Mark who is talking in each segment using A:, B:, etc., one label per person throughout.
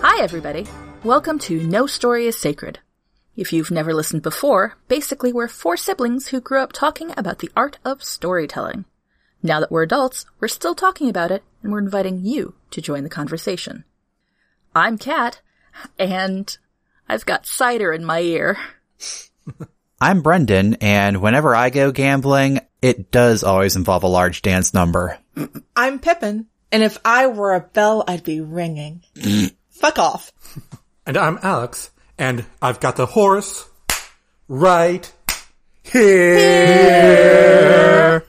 A: Hi, everybody. Welcome to No Story is Sacred. If you've never listened before, basically, we're four siblings who grew up talking about the art of storytelling. Now that we're adults, we're still talking about it, and we're inviting you to join the conversation. I'm Kat, and I've got cider in my ear.
B: I'm Brendan, and whenever I go gambling, it does always involve a large dance number.
C: I'm Pippin, and if I were a bell, I'd be ringing. Fuck off.
D: And I'm Alex, and I've got the horse right here.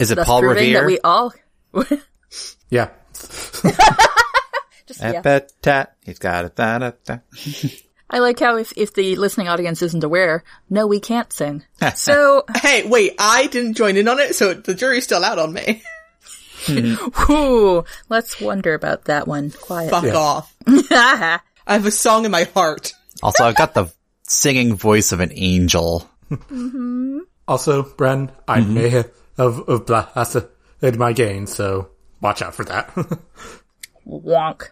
B: Is it
A: Thus
B: Paul
A: proving
B: Revere?
A: that we all.
D: Yeah.
A: Just, yeah.
B: Epitat. He's got a da da da.
A: I like how if, if the listening audience isn't aware, no, we can't sing. so,
C: Hey, wait, I didn't join in on it, so the jury's still out on me.
A: whew, let's wonder about that one. Quiet.
C: Fuck off. I have a song in my heart.
B: Also, I've got the singing voice of an angel.
D: Also, Bren, I
C: Mm-hmm.
D: may have of blasted my gain, so watch out for that.
A: Wonk.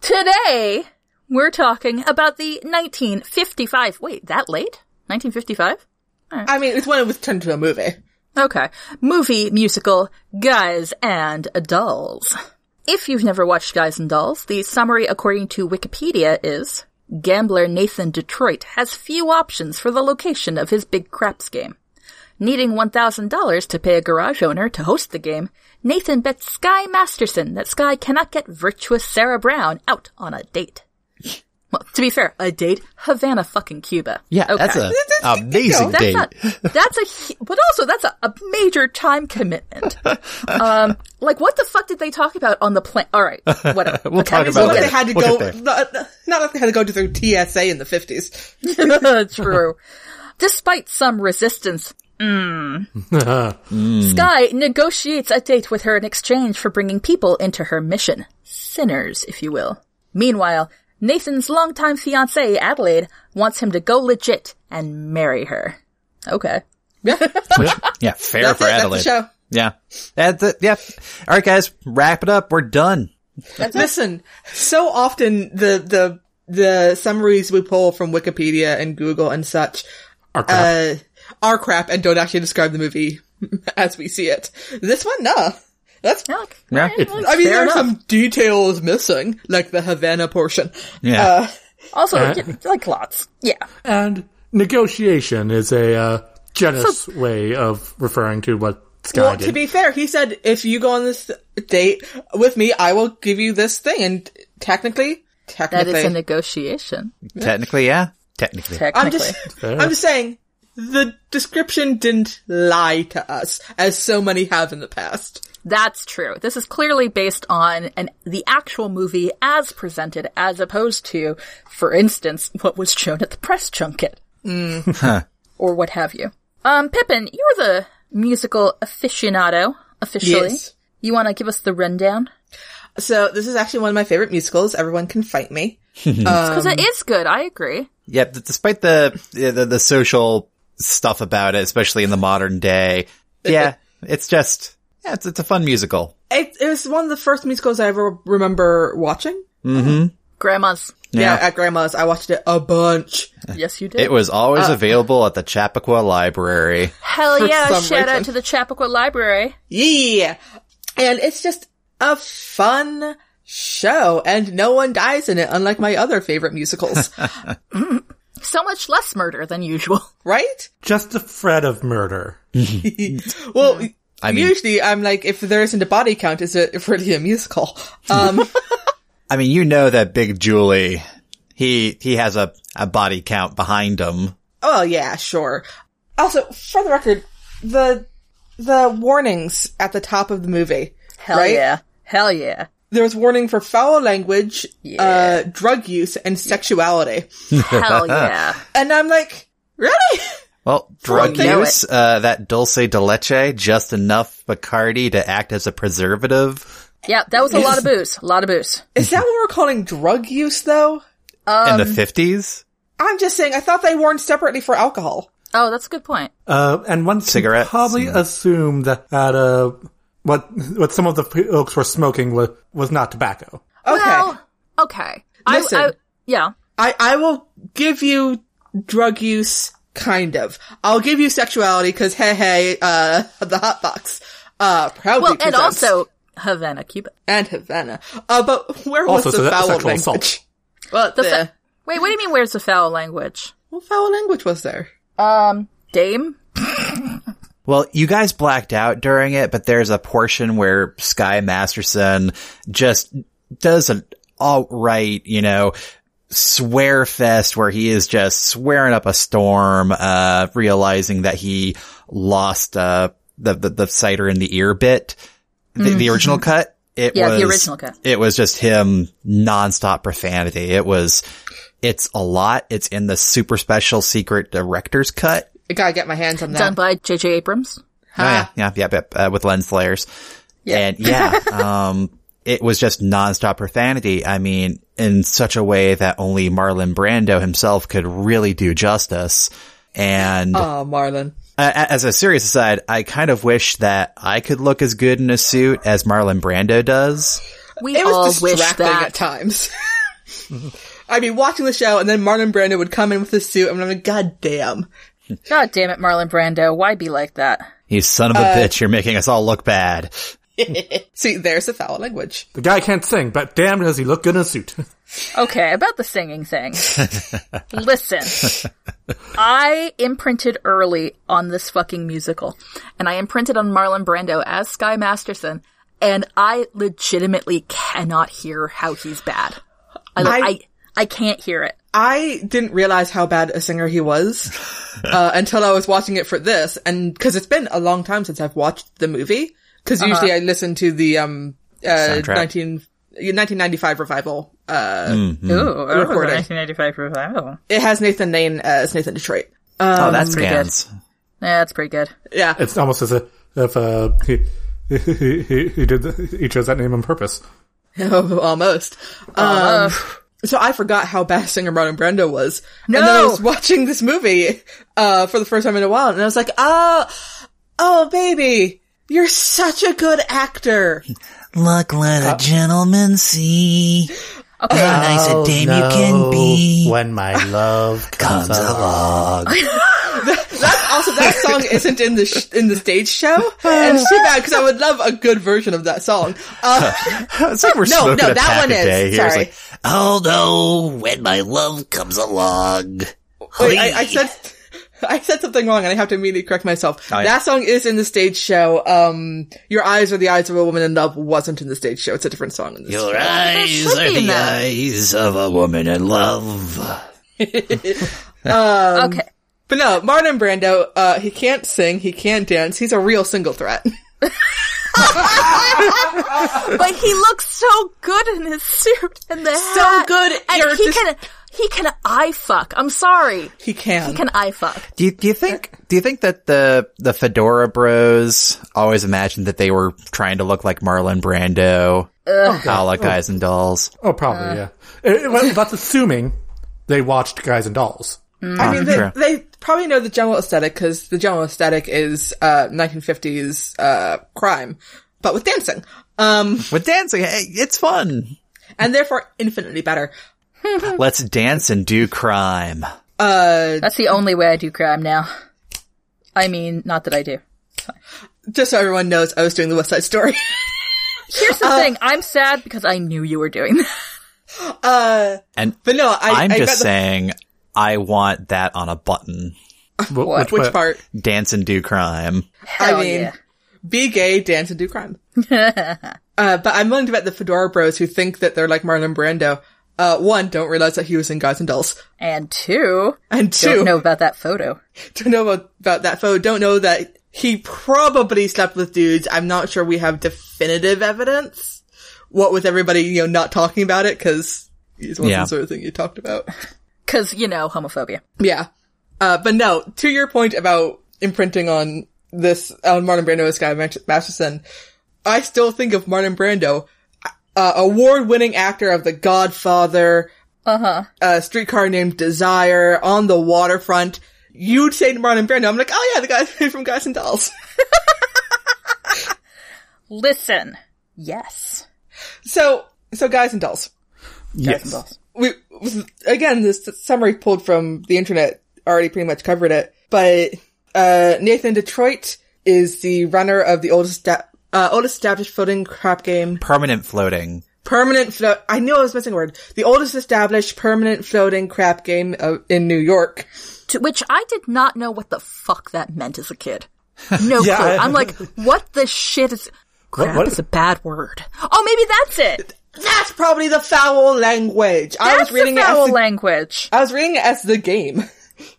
A: Today, we're talking about the 1955. Wait, that late? 1955?
C: I mean, it's when it was turned into a movie.
A: Okay. Movie, musical, Guys and Dolls. If you've never watched Guys and Dolls, the summary according to Wikipedia is Gambler Nathan Detroit has few options for the location of his big craps game. Needing $1,000 to pay a garage owner to host the game, Nathan bets Sky Masterson that Sky cannot get virtuous Sarah Brown out on a date. Well, to be fair, a date? Havana fucking Cuba.
B: Yeah, that's
A: Okay.
B: an amazing
A: That's
B: date.
A: a that's a hu- but also that's a, a major time commitment. Um, like what the fuck did they talk about on the plane? All right, whatever.
B: We'll
A: Okay,
B: talk
A: we
B: about
C: Not
B: Okay,
C: that
B: it.
C: they had to
B: we'll
C: go,
B: get there.
C: not, not that they had to go through TSA in the 50s.
A: it. True. Despite some resistance, mm.
B: Mm.
A: Sky negotiates a date with her in exchange for bringing people into her mission. Sinners, if you will. Meanwhile, Nathan's longtime fiancée, Adelaide, wants him to go legit and marry her. Okay.
B: Yeah, fair
C: That's
B: for
C: it, that's the
B: Adelaide.
C: show.
B: Yeah, that's it. Yeah. All right, guys, wrap it up. We're done.
C: Listen, so often the, the, the summaries we pull from Wikipedia and Google and such
D: Our crap.
C: uh, are crap and don't actually describe the movie as we see it. This one, nah. That's
A: Yeah, okay.
B: Yeah,
C: I mean,
A: Fair
C: there are
A: enough.
C: some details missing, like the Havana portion.
B: yeah.
A: Uh, Also, y- like lots. Yeah.
D: and negotiation is a uh, generous way of referring to what Sky
C: Well,
D: did.
C: to be fair, he said, if you go on this date with me, I will give you this thing. And technically,
A: That is
C: technically,
A: a negotiation.
B: technically, yeah, technically.
C: I'm
A: Technically.
C: just, I'm just saying, the description didn't lie to us, as so many have in the past.
A: That's true. This is clearly based on an, the actual movie as presented, as opposed to, for instance, what was shown at the press junket.
C: Mm.
A: or what have you. Um, Pippin, you're the musical aficionado, officially.
C: Yes.
A: You want to give us the rundown?
C: So this is actually one of my favorite musicals. Everyone can fight me.
A: Because
C: Um,
A: it is good, I agree.
B: Yeah, d- despite the, yeah, the the social stuff about it, especially in the modern day. Yeah, it's just yeah, it's it's a fun musical.
C: It, it was one of the first musicals I ever remember watching.
A: Grandma's.
C: Yeah.
B: Yeah.
C: at grandma's. I watched it a bunch.
A: Yes, you did.
B: It was always available at the Chappaqua Library.
A: Hell yeah.
C: some
A: Shout out
C: reason.
A: to the Chappaqua Library.
C: Yeah. And it's just a fun show and no one dies in it, unlike my other favorite musicals.
A: So much less murder than usual.
C: right?
D: just a threat of murder.
C: Well,
B: I mean-
C: usually I'm like, if there isn't a body count, is it really a musical? Um,
B: I mean, you know that Big Julie, he he has a a body count behind him.
C: oh yeah, sure. Also, for the record, the, the warnings at the top of the movie.
A: Hell
C: right?
A: yeah. Hell yeah.
C: There was warning for foul language,
A: Yeah.
C: uh, drug use, and sexuality.
A: Hell yeah.
C: And I'm like, really?
B: Well, drug
A: you know
B: use, uh, that dulce de leche, just enough Bacardi to act as a preservative
A: Yeah, that was a lot of booze. A lot of booze.
C: Is that what we're calling drug use though?
B: in the fifties.
C: I'm just saying, I thought they warned separately for alcohol.
A: Oh, that's a good point.
D: Uh, and one can
B: Cigarettes
D: probably
B: and-
D: assume that, that uh, what what some of the folks were smoking was, was not tobacco.
C: Okay.
A: Well, Okay.
C: Listen.
A: I, I, yeah.
C: I, I will give you drug use, kind of. I'll give you sexuality, cause hey hey, uh, the hot box. Uh, proudly
A: Well, and
C: presents-
A: also Havana, Cuba.
C: and Havana. Uh, but where
D: Also,
C: was the
D: so that's
C: foul
D: sexual
C: language?
D: assault.
C: Well,
A: The
C: the
A: fa- Wait, what do you mean? Where's the foul language?
C: what foul language was there?
A: Um, Dame.
B: Well, you guys blacked out during it, but there's a portion where Sky Masterson just does an outright, you know, swear fest where he is just swearing up a storm, uh, realizing that he lost, uh, the, the, the cider in the ear bit. The, the original cut. It
A: Mm-hmm. Yeah,
B: was,
A: the original cut.
B: It was just him nonstop profanity. It was, it's a lot. It's in the super special secret director's cut.
C: I gotta get my hands on that.
A: done by J.J. Abrams.
B: Oh, yeah, yeah, yeah, yeah, uh, with lens flares. And yeah, um, it was just nonstop profanity. I mean, in such a way that only Marlon Brando himself could really do justice. And
C: Oh, Marlon.
B: uh, as a serious aside, I kind of wish that I could look as good in a suit as Marlon Brando does.
A: We
C: It
A: all
C: was
A: wish
C: distracting at
A: that.
C: times. I'd be watching the show and then Marlon Brando would come in with his suit and I'm like, God damn.
A: God damn it, Marlon Brando. Why be like that?
B: You son of
C: Uh,
B: a bitch, you're making us all look bad.
C: See, there's the foul language.
D: The guy can't sing, but damn does he look good in a suit.
A: Okay, about the singing thing. Listen, I imprinted early on this fucking musical, and I imprinted on Marlon Brando as Sky Masterson, and I legitimately cannot hear how he's bad. I, I, I, can't hear it.
C: I didn't realize how bad a singer he was uh, until I was watching it for this, and because it's been a long time since I've watched the movie. Because usually I listen to the um uh,
B: Soundtrack.
C: 19, 1995 revival. Uh,
A: Ooh,
C: Recording.
A: 1995 profile.
C: It has Nathan Lane as Nathan Detroit.
B: oh, that
A: pretty good.
B: scans.
A: Yeah, that's pretty good.
C: Yeah,
D: It's almost as if uh, he, he, he, he did the, he chose that name on purpose.
C: almost. Um, so I forgot how bad a singer Marlon Brando was. No, and then I
A: No!
C: was watching this movie uh for the first time in a while, and I was like, oh, oh, baby, you're such a good actor.
B: Look what a gentleman see.
A: Okay.
B: nice a dame you can be.
E: When my love comes along.
C: Also, that song isn't in the sh- in the stage show, and it's too bad because I would love a good version of that song. Uh,
B: It's like we're
C: No,
B: smoking
C: no,
B: a
C: that
B: pack
C: one
B: a
C: is.
B: day here. It's
C: Sorry.
B: like,
E: Oh no, when my love comes along.
C: wait, I, I said I said something wrong, and I have to immediately correct myself.
B: yeah.
C: That song is in the stage show. Um, "Your Eyes Are the Eyes of a Woman in Love" wasn't in the stage show. It's a different song. In this.
E: Your eyes
A: should
E: are
A: be in
E: the
A: that.
E: eyes of a woman in love.
C: Um,
A: okay.
C: But no, Martin Brando. Uh, he can't sing. He can't dance. He's a real single threat.
A: But he looks so good in his suit and the
C: So
A: hat.
C: good, you're
A: And he
C: just-
A: can, he can eye fuck. I'm sorry.
C: He can.
A: Can eye fuck.
B: Do you, do you think do you think that the the Fedora Bros always imagined that they were trying to look like Marlon Brando, a la Guys and Dolls?
D: Oh, probably,
C: Uh.
D: yeah. It- it- well, that's assuming they watched Guys and Dolls.
C: I mean,
B: True.
C: they, they probably know the general aesthetic because the general aesthetic is uh 1950s uh crime, but with dancing. Um,
B: With dancing, hey, it's fun.
C: and therefore infinitely better.
B: Let's dance and do crime.
C: Uh,
A: That's the only way I do crime now. I mean, not that I do.
C: just so everyone knows, I was doing the West Side Story.
A: Here's the thing. I'm sad because I knew you were doing that.
C: Uh,
B: And
C: but no, I,
B: I'm
C: I
B: just
C: got the-
B: saying, I want that on a button.
D: Wh-
A: What?
C: which part?
B: Dance and do crime.
A: Hell
C: I mean,
A: yeah.
C: be gay, dance, and do crime. uh, but I'm willing to bet the Fedora Bros who think that they're like Marlon Brando, uh, one, don't realize that he was in Guys and Dolls,
A: And two,
C: and
A: don't
C: two,
A: know about that photo.
C: don't know about, about that photo, don't know that he probably slept with dudes. I'm not sure we have definitive evidence. What with everybody, you know, not talking about it because it wasn't
B: Yeah.
C: the sort of thing you talked about.
A: Cause, you know, homophobia.
C: Yeah. Uh, but no, to your point about imprinting on this, on Martin Brando as Guy Mach- Masterson, I still think of Martin Brando, uh, award-winning actor of The Godfather, uh-huh. uh, Streetcar Named Desire, On the Waterfront. You'd say to Martin Brando, I'm like, oh yeah, the guy from Guys and Dolls.
A: Listen. Yes.
C: so, so Guys and Dolls.
A: Guys and
D: Yes.
A: dolls.
C: we again this summary pulled from the internet already pretty much covered it but uh nathan detroit is the runner of the oldest sta- uh, oldest established floating crap game
B: Permanent floating.
C: permanent float i knew i was missing a word the oldest established permanent floating crap game uh, in new york
A: To which I did not know what the fuck that meant as a kid. No
D: Yeah,
A: clue.
D: I-
A: I'm like, what the shit is? Crap
D: what
A: is a bad word. Oh, maybe that's it.
C: that's probably the foul language i
A: That's
C: was reading
A: the
C: it as
A: foul
C: the,
A: language,
C: i was reading it as the game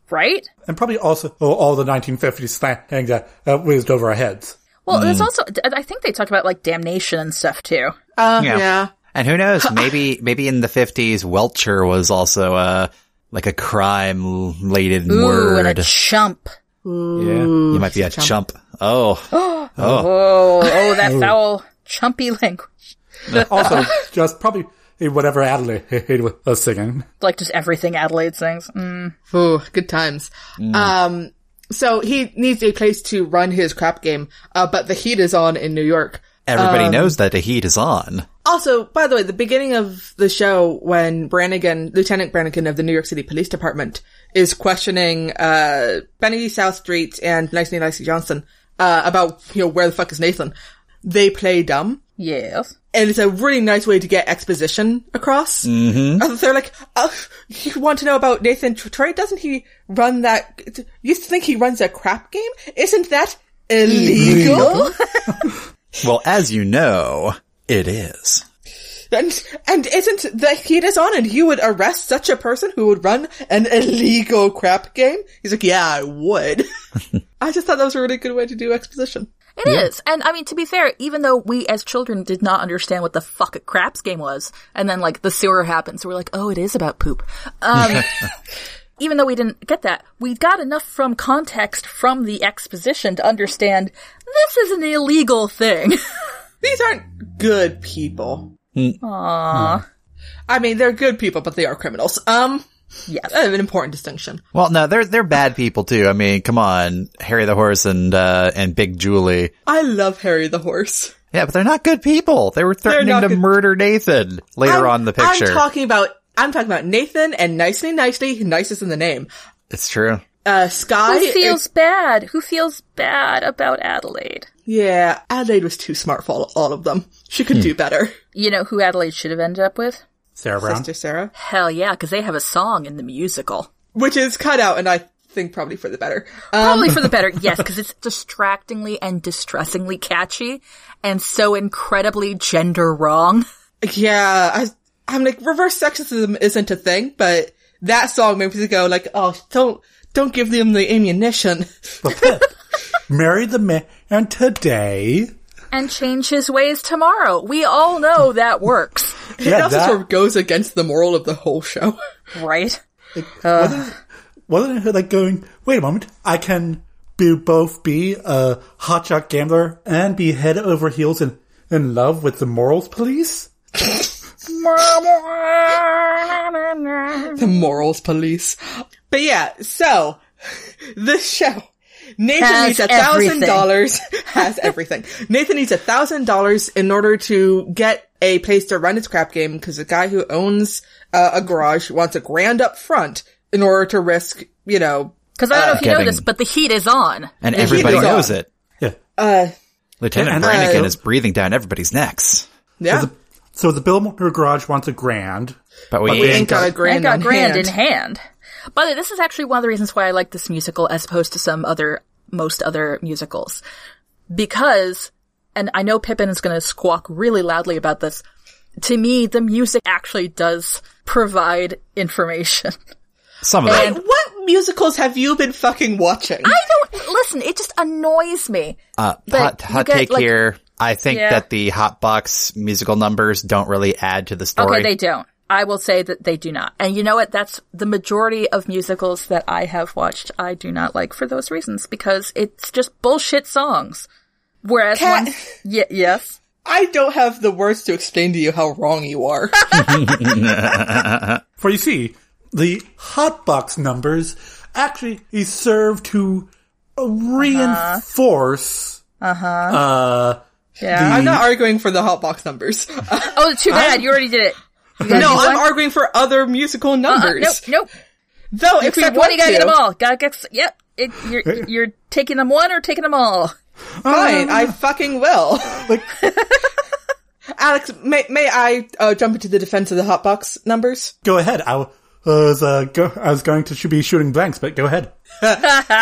A: right?
D: And probably also oh, all the 1950s slang that uh, whizzed over our heads.
A: Well, there's also I think they talk about like damnation and stuff too.
C: uh,
B: Yeah.
C: yeah
B: And who knows? Maybe maybe in the fifties, welcher was also a like a crime related
A: Ooh, and
B: word.
A: a chump.
B: yeah, you might be a chump. Oh,
A: Oh, oh, that foul chumpy language.
D: Also, just probably whatever Adelaide was singing.
A: Like just everything Adelaide sings. Mm.
C: Oh, good times. Um, so he needs a place to run his crap game, uh, but the heat is on in New York.
B: everybody knows that the heat is on.
C: Also, by the way, the beginning of the show when Brannigan, Lieutenant Brannigan of the New York City Police Department, is questioning uh, Benny Southstreet and Nicely Nicely Johnson uh, about you know where the fuck is Nathan. They play dumb,
A: Yes.
C: and it's a really nice way to get exposition across. Mm-hmm. They're like, oh, you want to know about Nathan Troy? Doesn't he run that? You used to think he runs a crap game? Isn't that illegal?
B: Well, as you know, it is.
C: and and isn't the heat is on? And you would arrest such a person who would run an illegal crap game? He's like, yeah, I would. I just thought that was a really good way to do exposition.
A: It is, And I mean, to be fair, even though we as children did not understand what the fuck a craps game was, and then like the sewer happened, so we're like, oh, it is about poop. Um, even though we didn't get that, we got enough from context from the exposition to understand this is an illegal thing.
C: These aren't good people.
B: Hmm.
C: I mean, they're good people, but they are criminals. Um,
A: yes.
C: an important distinction.
B: Well, no, they're they're bad people too. I mean, come on, Harry the Horse and uh, and Big Julie.
C: I love Harry the horse.
B: Yeah, but they're not good people. They were threatening
C: not
B: to
C: good-
B: murder Nathan later on in the picture.
C: I'm talking about I'm talking about Nathan and nicely, nicely, nicest in the name.
B: it's true.
C: Uh, Sky.
A: Who feels bad? Who feels bad about Adelaide?
C: yeah, Adelaide was too smart for all, all of them. She
B: Hmm.
C: could do better.
A: You know who Adelaide should have ended up with?
D: Sarah Brown.
C: Sister Sarah,
A: Hell yeah, because they have a song in the musical.
C: which is cut out, and I think probably for the better. Um,
A: Probably for the better, yes, because it's distractingly and distressingly catchy and so incredibly gender wrong.
C: yeah, I, I'm like reverse sexism isn't a thing, but that song made me go like, oh, don't don't give them the ammunition.
D: Marry the man today.
A: And change his ways tomorrow. We all know that works,
D: Yeah,
C: it also
D: that-
C: sort of goes against the moral of the whole show.
A: right?
D: wasn't it like going, wait a moment, I can be both be a hotshot gambler and be head over heels in, in love with the morals police?
C: the morals police. But yeah, so this show. Nathan
A: Has
C: needs a
A: everything.
C: thousand dollars. Has everything. Nathan needs a thousand dollars in order to get a place to run his crap game because the guy who owns uh, a garage wants a grand up front in order to risk, you know,
A: Because I don't know if you know
B: Getting-
A: this, but the heat is on.
B: And everybody
C: is on.
B: knows it.
D: Yeah.
B: Lieutenant
D: And, uh,
B: Brannigan is breathing down everybody's necks.
C: yeah.
D: So the Billmore Garage wants a grand.
B: But we,
D: But we
B: ain't
C: ain't got a
A: I
C: grand,
A: got
C: on
A: grand
C: hand.
A: in hand. By the way, this is actually one of the reasons why I like this musical as opposed to some other, most other musicals. Because, and I know Pippin is going to squawk really loudly about this, to me, the music actually does provide information.
B: some of it.
A: And-
C: What musicals have you been fucking watching?
A: I don't, listen, it just annoys me.
B: Uh,
A: but
B: hot
A: you
B: hot
A: get,
B: take
A: like-
B: here. I think
A: Yeah.
B: that the Hotbox musical numbers don't really add to the story.
A: Okay, they don't. I will say that they do not. And you know what? That's the majority of musicals that I have watched. I do not like for those reasons because it's just bullshit songs. Whereas
C: Cat-
A: one, Ye- yes,
C: I don't have the words to explain to you how wrong you are.
D: For you see, the hotbox numbers actually serve to reinforce uh,
A: yeah.
C: I'm not arguing for the hotbox numbers.
A: oh, too bad you already did it. guys
C: No,
A: need
C: I'm
A: one?
C: arguing for other musical
A: Uh,
C: numbers.
A: nope, nope.
C: Though, if we
A: Except one,
C: want
A: you gotta
C: to,
A: get them all. Gotta get, s- yep. It, you're, you're taking them one or taking them all. Um.
C: fine, I fucking will. Alex, may may I uh, jump into the defense of the hotbox numbers?
D: Go ahead. I w- was uh, go- I was going to sh- be shooting blanks, but go ahead.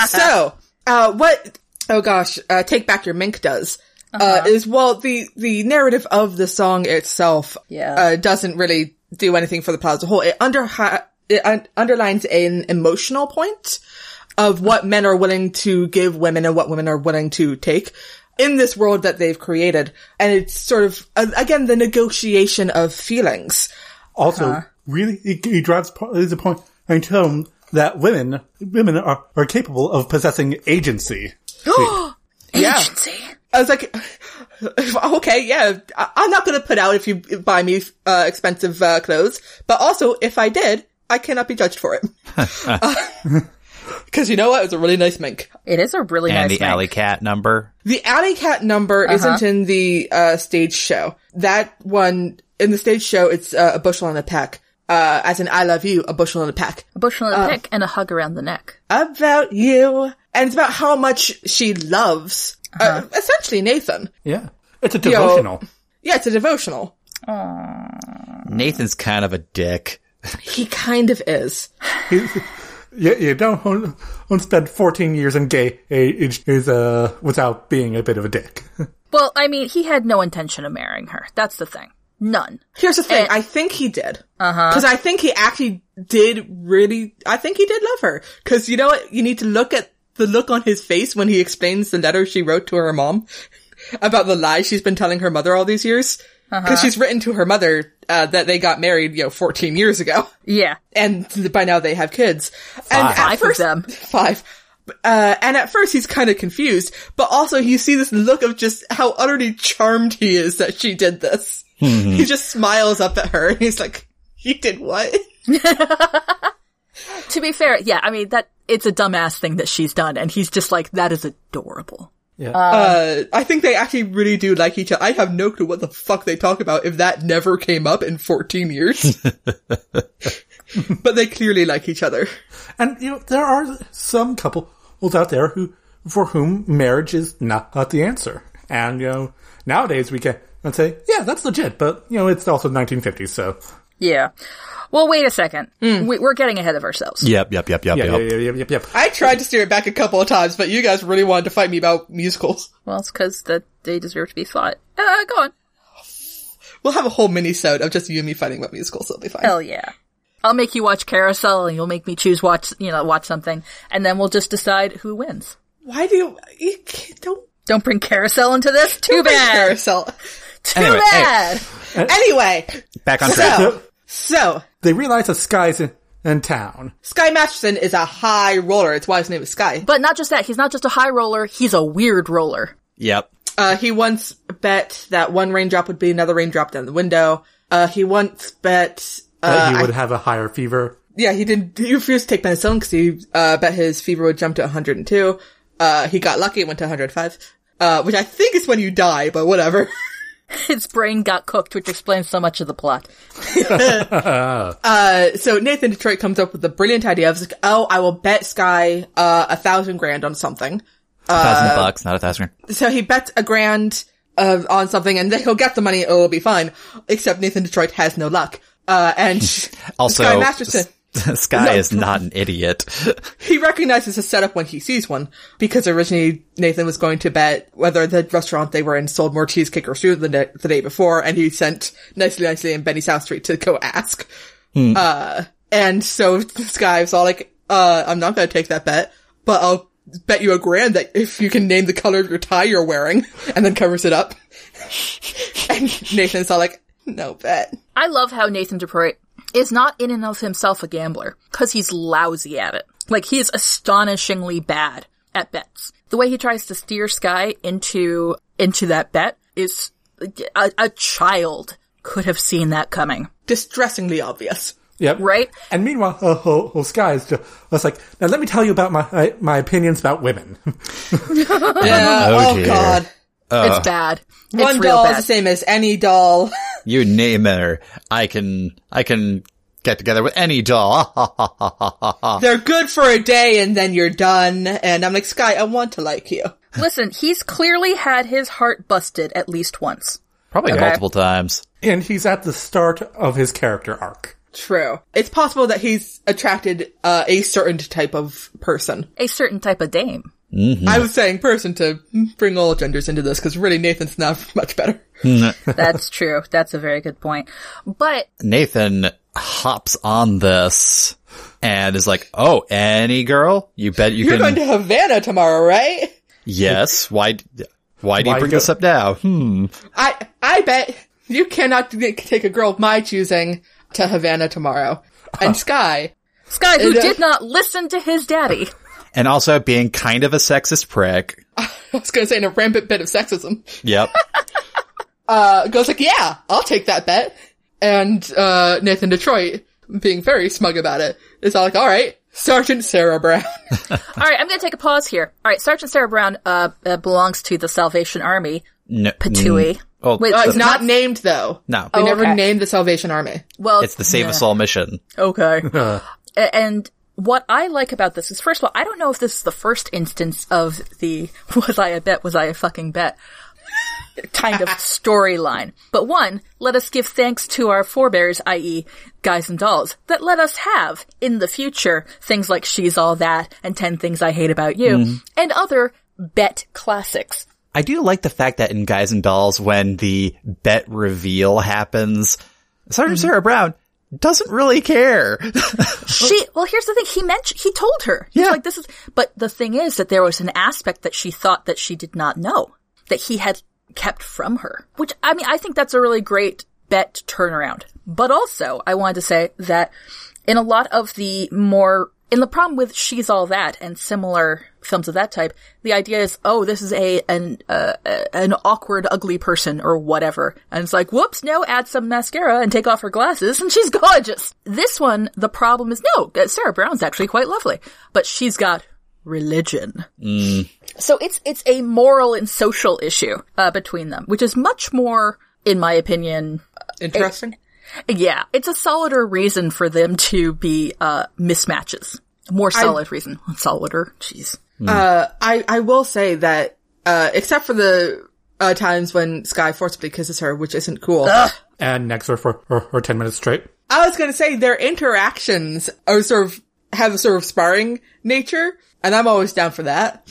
C: so, uh, what, oh gosh, uh, Take Back Your Mink does, uh, is, well, the, the narrative of the song itself,
A: Yeah.
C: uh, doesn't really do anything for the plot as a whole. It under, it un- underlines an emotional point of what men are willing to give women and what women are willing to take in this world that they've created. And it's sort of, uh, again, the negotiation of feelings.
D: Also, really, he, he drives po- is a point and home that women women are, are capable of possessing agency.
C: Yeah.
A: Agency.
C: I was like, okay, yeah, I- I'm not going to put out if you buy me uh, expensive uh, clothes, but also if I did, I cannot be judged for it. Because you know what? It was a really nice mink.
A: It is a really
B: and
A: nice
B: the alley
A: alley.
B: cat number.
C: The alley cat number isn't in the uh, stage show. That one in the stage show, it's uh, a bushel and a peck. Uh, as in, I love you, a bushel and a peck.
A: A bushel and a pick and a hug around the neck.
C: About you, and it's about how much she loves, uh essentially Nathan.
D: Yeah, it's a devotional.
C: Yeah, it's a devotional.
B: Nathan's kind of a dick.
C: He kind of is.
D: You, you don't want to spend 14 years in gay age is uh, without being a bit of a dick.
A: Well, I mean, he had no intention of marrying her. That's the thing. None.
C: Here's the thing. I think he did.
A: Uh-huh.
C: Because I think he actually did really, I think he did love her. Because you know what? You need to look at the look on his face when he explains the letter she wrote to her mom about the lies she's been telling her mother all these years.
A: Uh-huh.
C: Because she's written to her mother uh, that they got married, you know, 14 years ago.
A: Yeah.
C: And by now they have kids. And at
A: Five of them.
C: Five. Uh, and at first he's kind of confused, but also you see this look of just how utterly charmed he is that she did this. He just smiles up at her and he's like, you did what?
A: To be fair, yeah, I mean, that, it's a dumbass thing that she's done, and he's just like, that is adorable.
C: Uh, I think they actually really do like each other. I have no clue what the fuck they talk about if that never came up in 14 years. but they clearly like each other.
D: And you know, there are some couples out there who, for whom marriage is not, not the answer. And you know, nowadays we can and say, yeah, that's legit, but you know, it's also 1950s, so
A: Yeah. Well, wait a second. We, we're getting ahead of ourselves.
B: Yep, yep, yep, yep,
D: yeah,
B: yep.
D: yeah, yeah, yeah, yeah, yeah.
C: I tried to steer it back a couple of times, but you guys really wanted to fight me about musicals.
A: Well, it's because that they deserve to be fought. Uh, go on.
C: We'll have a whole mini-sode of just you and me fighting about musicals. It'll be fine.
A: Hell yeah. I'll make you watch Carousel, and you'll make me choose watch, you know, watch something, and then we'll just decide who wins.
C: Why do you, you can't- don't
A: Don't bring Carousel into this. Too
C: don't bring
A: bad.
C: Carousel.
A: Too
B: Anyway, hey.
A: bad.
C: Anyway,
B: Back on track.
D: Uh,
C: so so
D: They realize that Sky's in, in town.
C: Sky Masterson is a high roller. It's why his name is Sky.
A: But not just that. He's not just a high roller. He's a weird roller.
B: Yep.
C: Uh, he once bet that one raindrop would be another raindrop down the window. Uh, he once bet.
D: that
C: Uh,
D: he
C: I-
D: would have a higher fever.
C: yeah, he didn't. He refused to take penicillin because he uh, bet his fever would jump to 102. Uh, he got lucky and went to 105, uh, which I think is when you die, but whatever.
A: His brain got cooked, which explains so much of the plot.
C: so Nathan Detroit comes up with the brilliant idea of, oh, I will bet Sky uh, a thousand grand on something.
B: A
C: uh,
B: thousand bucks, not a thousand.
C: So he bets a grand uh, on something, and then he'll get the money. and It'll be fine. Except Nathan Detroit has no luck. Uh, and
B: Also,
C: Sky Masterson,
B: S- Sky is not an idiot.
C: he recognizes a setup when he sees one because originally Nathan was going to bet whether the restaurant they were in sold more cheesecake or stew than the, the day before, and he sent nicely, nicely and Benny South Street to go ask.
B: Hmm.
C: Uh, and so Sky was all like, uh, "I'm not going to take that bet, but I'll bet you a grand that if you can name the color of your tie you're wearing," and then covers it up. and Nathan's all like, "No bet."
A: I love how Nathan Detroit is not in and of himself a gambler because he's lousy at it. Like he is astonishingly bad at bets. The way he tries to steer Sky into into that bet is a, a child could have seen that coming,
C: Distressingly obvious.
D: Yep.
A: right?
D: And meanwhile, uh, whole, whole Sky is just, just like, now let me tell you about my my, my opinions about women.
C: Yeah.
B: Oh,
C: Oh,
B: dear.
C: God.
A: it's bad. It's
C: One
A: real
C: doll is the
A: bad.
C: same as any doll.
B: You name her. I can, I can get together with any doll.
C: They're good for a day and then you're done. And I'm like, Sky, I want to like you.
A: Listen, he's clearly had his heart busted at least once.
B: Probably multiple times.
D: And he's at the start of his character arc.
C: True. It's possible that he's attracted uh, a certain type of person.
A: A certain type of dame.
C: I was saying person to bring all genders into this because really Nathan's not much better.
A: That's true. That's a very good point. But
B: Nathan hops on this and is like, "Oh, any girl? You bet you
C: You're
B: can."
C: going to Havana tomorrow, right?
B: yes. Why? Why do you
D: Why
B: bring
D: go-
B: this up now? Hmm.
C: I I bet you cannot t- take a girl of my choosing to Havana tomorrow. And Sky,
A: Sky, who
C: And, uh,
A: did not listen to his daddy.
B: And also being kind of a sexist prick.
C: I was going to say in a rampant bit of sexism,
B: Yep.
C: uh, goes like, "Yeah, I'll take that bet." And uh, Nathan Detroit, being very smug about it, is all like, "All right, Sergeant Sarah Brown."
A: All right, I'm going to take a pause here. All right, Sergeant Sarah Brown uh, uh, belongs to the Salvation Army.
B: No,
A: Patui.
B: Oh,
A: Wait,
C: Uh,
A: so-
C: it's not named though.
B: no.
C: They never
A: okay.
C: named the Salvation Army.
A: well,
B: It's the Save Us All mission.
A: Okay. A- and what I like about this is, first of all, I don't know if this is the first instance of the was I a bet, was I a fucking bet kind of storyline. But one, let us give thanks to our forebears, i.e., guys and dolls, that let us have in the future things like She's All That and 10 Things I Hate About You
B: Mm-hmm.
A: and other bet classics.
B: I do like the fact that in Guys and Dolls, when the bet reveal happens, Sergeant
C: Mm-hmm.
B: Sarah Brown doesn't really care.
A: She well, here's the thing. He mentioned he told her. He's
B: Yeah.
A: like this is. But the thing is that there was an aspect that she thought that she did not know that he had kept from her. Which I mean, I think that's a really great bet turnaround. But also, I wanted to say that in a lot of the more in the problem with she's all that and similar films of that type, the idea is oh, this is a an uh, a- an awkward, ugly person or whatever, and it's like whoops, no, add some mascara and take off her glasses, and she's gorgeous. This one, the problem is no, uh, Sarah Brown's actually quite lovely, but she's got religion. So it's it's a moral and social issue uh, between them, which is much more, in my opinion,
C: Interesting.
A: yeah, it's a solider reason for them to be uh mismatches. More solid reason, solider. Jeez,
C: Uh, I, I will say that, uh, except for the, uh, times when Sky forcibly kisses her, which isn't cool.
D: And next are for or, or 10 minutes straight.
C: I was gonna say their interactions are sort of, have a sort of sparring nature, and I'm always down for that.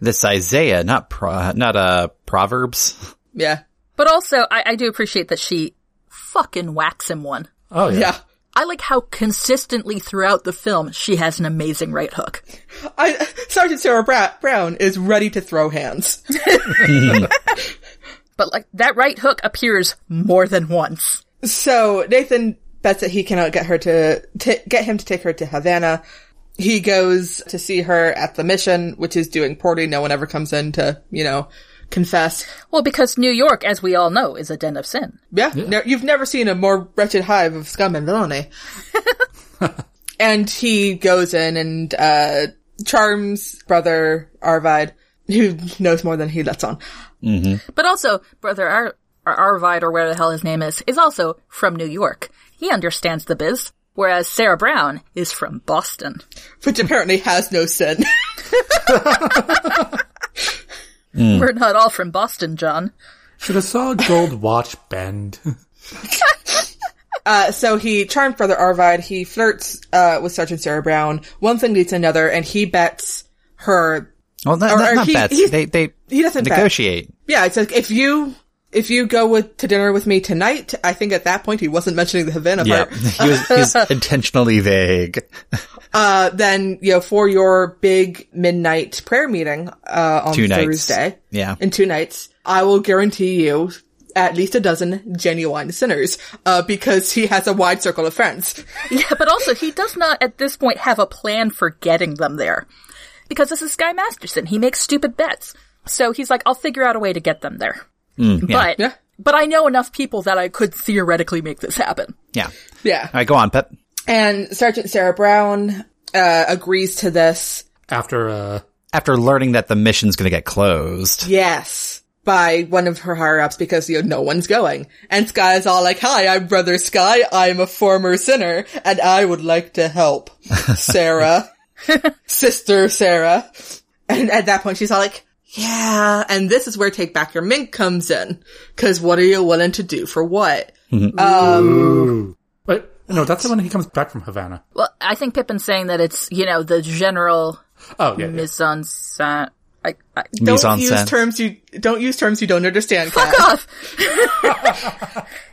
B: this Isaiah, not pro, not uh, Proverbs.
C: Yeah.
A: but also I, I do appreciate that she fucking whacks him one.
D: Oh, yeah.
C: Yeah.
A: I like how consistently throughout the film she has an amazing right hook.
C: I, Sergeant Sarah Bra- Brown is ready to throw hands.
A: But like that right hook appears more than once.
C: So Nathan bets that he cannot get her to, t- get him to take her to Havana. He goes to see her at the mission, which is doing poorly. No one ever comes in to, you know, confess.
A: Well, because New York, as we all know, is a den of sin.
C: Yeah, ne- you've never seen a more wretched hive of scum and villainy. and he goes in and uh, charms brother Arvid, who knows more than he lets on.
A: But also, brother Ar- Ar- Arvid, or whatever the hell his name is, is also from New York. He understands the biz. Whereas Sarah Brown is from Boston.
C: Which apparently has no sin.
A: We're not all from Boston, John.
D: Should have saw gold watch bend.
C: uh, so he charms brother Arvid. He flirts uh, with Sergeant Sarah Brown. One thing leads to another, and he bets her.
B: Well, not,
C: Or-
B: not,
C: or
B: not
C: he-
B: bets.
C: he-
B: they they
C: He doesn't bet.
B: negotiate.
C: Yeah, it's like if you if you go with to dinner with me tonight. I think at that point he wasn't mentioning the Havana
B: Yeah,
C: part.
B: he was, he was intentionally vague.
C: uh, then you know for your big midnight prayer meeting uh, on
B: Two nights.
C: Thursday,
B: Yeah.
C: in two nights, I will guarantee you at least a dozen genuine sinners, uh, because he has a wide circle of friends.
A: Yeah, but also he does not at this point have a plan for getting them there. Because this is Guy Masterson. He makes stupid bets. So he's like, I'll figure out a way to get them there. But
C: Yeah.
A: but I know enough people that I could theoretically make this happen.
B: Yeah. All
C: Yeah,
B: right, go on, Pep.
C: and Sergeant Sarah Brown uh, agrees to this.
D: After, uh,
B: After learning that the mission's going to get closed,
C: Yes, by one of her higher ups because, you know, no one's going. And Sky is all like, hi, I'm Brother Sky. I'm a former sinner and I would like to help Sarah, sister Sarah. And at that point, she's all like, yeah. And this is where Take Back Your Mink comes in. Cause what are you willing to do for what?
D: Wait, no, that's when he comes back from Havana.
A: Well, I think Pippin's saying that it's, you know, the general
D: Oh, yeah. yeah.
A: mise en scène. I, I,
B: Mise en
C: Don't use
B: scène.
C: terms you, don't use terms you don't understand. Kat.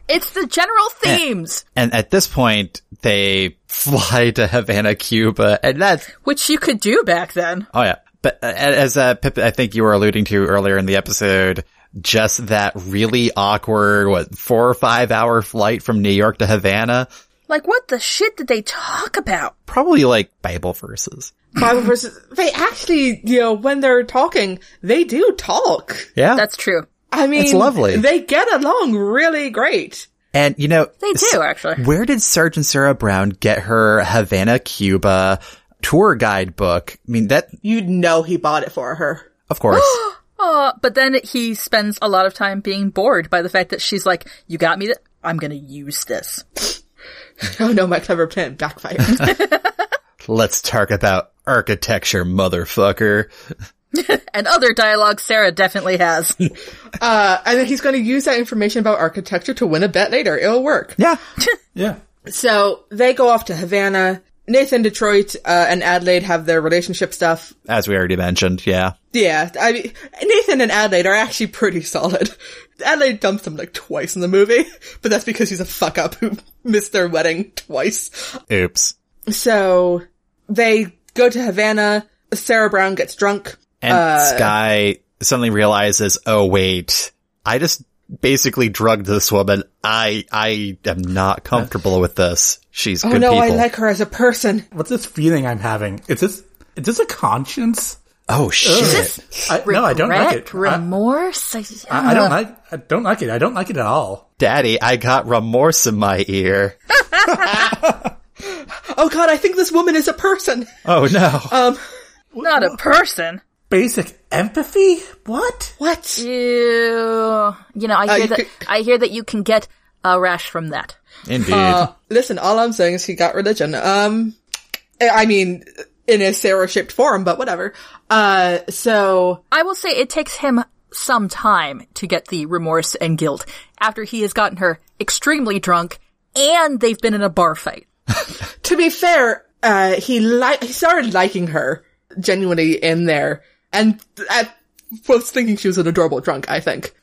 A: it's the general themes,
B: And at this point, they fly to Havana, Cuba, and that's
A: which you could do back then.
B: oh yeah. But uh, as uh, Pip, I think you were alluding to earlier in the episode, just that really awkward what four or five hour flight from New York to Havana,
A: Like, what the shit did they talk about?
B: probably like Bible verses.
C: Bible verses. They actually, you know, when they're talking, they do talk.
B: Yeah,
A: That's true.
C: I mean,
B: lovely.
C: They get along really great.
B: and you know
A: They do, actually.
B: Where did Sergeant Sarah Brown get her Havana, Cuba tour guide book? I mean, that,
C: You'd know he bought it for her.
B: of course.
A: Uh, but then he spends a lot of time being bored by the fact that she's like, you got me, th- I'm gonna use this.
C: Oh no, my clever plan backfired.
B: Let's talk about architecture, motherfucker.
A: And other dialogue Sarah definitely has.
C: uh, and then he's going to use that information about architecture to win a bet later. It'll work.
B: Yeah.
D: yeah.
C: So they go off to Havana. Nathan, Detroit, uh, and Adelaide have their relationship stuff.
B: As we already mentioned. Yeah.
C: Yeah, I mean, Nathan and Adelaide are actually pretty solid. Adelaide dumps him like twice in the movie, but that's because he's a fuck up who missed their wedding twice.
B: Oops.
C: So they go to Havana. Sarah Brown gets drunk.
B: And
C: Uh,
B: Sky suddenly realizes, oh, wait, I just basically drugged this woman. I, I am not comfortable with this. She's
C: Oh
B: good
C: no, I
B: people.
C: like her as a person.
D: What's this feeling I'm having? Is this is this a conscience?
B: oh shit.
D: I, no, I don't like it. I,
A: remorse. I,
D: I don't like. I don't like it. I don't like it at all.
B: Daddy, I got remorse in my ear.
C: Oh god, I think this woman is a person.
B: Oh no.
C: Uh,
A: not a person.
D: Basic empathy. What?
C: What?
A: Ew. You know,
D: Uh,
A: I hear
C: you
A: that.
C: could-
A: I hear that you can get a rash from that.
B: Indeed.
C: uh, Listen, all I'm saying is he got religion. Um, I mean, in a Sarah-shaped form, but whatever. Uh, so
A: I will say it takes him some time to get the remorse and guilt after he has gotten her extremely drunk and they've been in a bar fight.
C: to be fair, uh, he li- he started liking her genuinely in there, and I was thinking she was an adorable drunk. I think.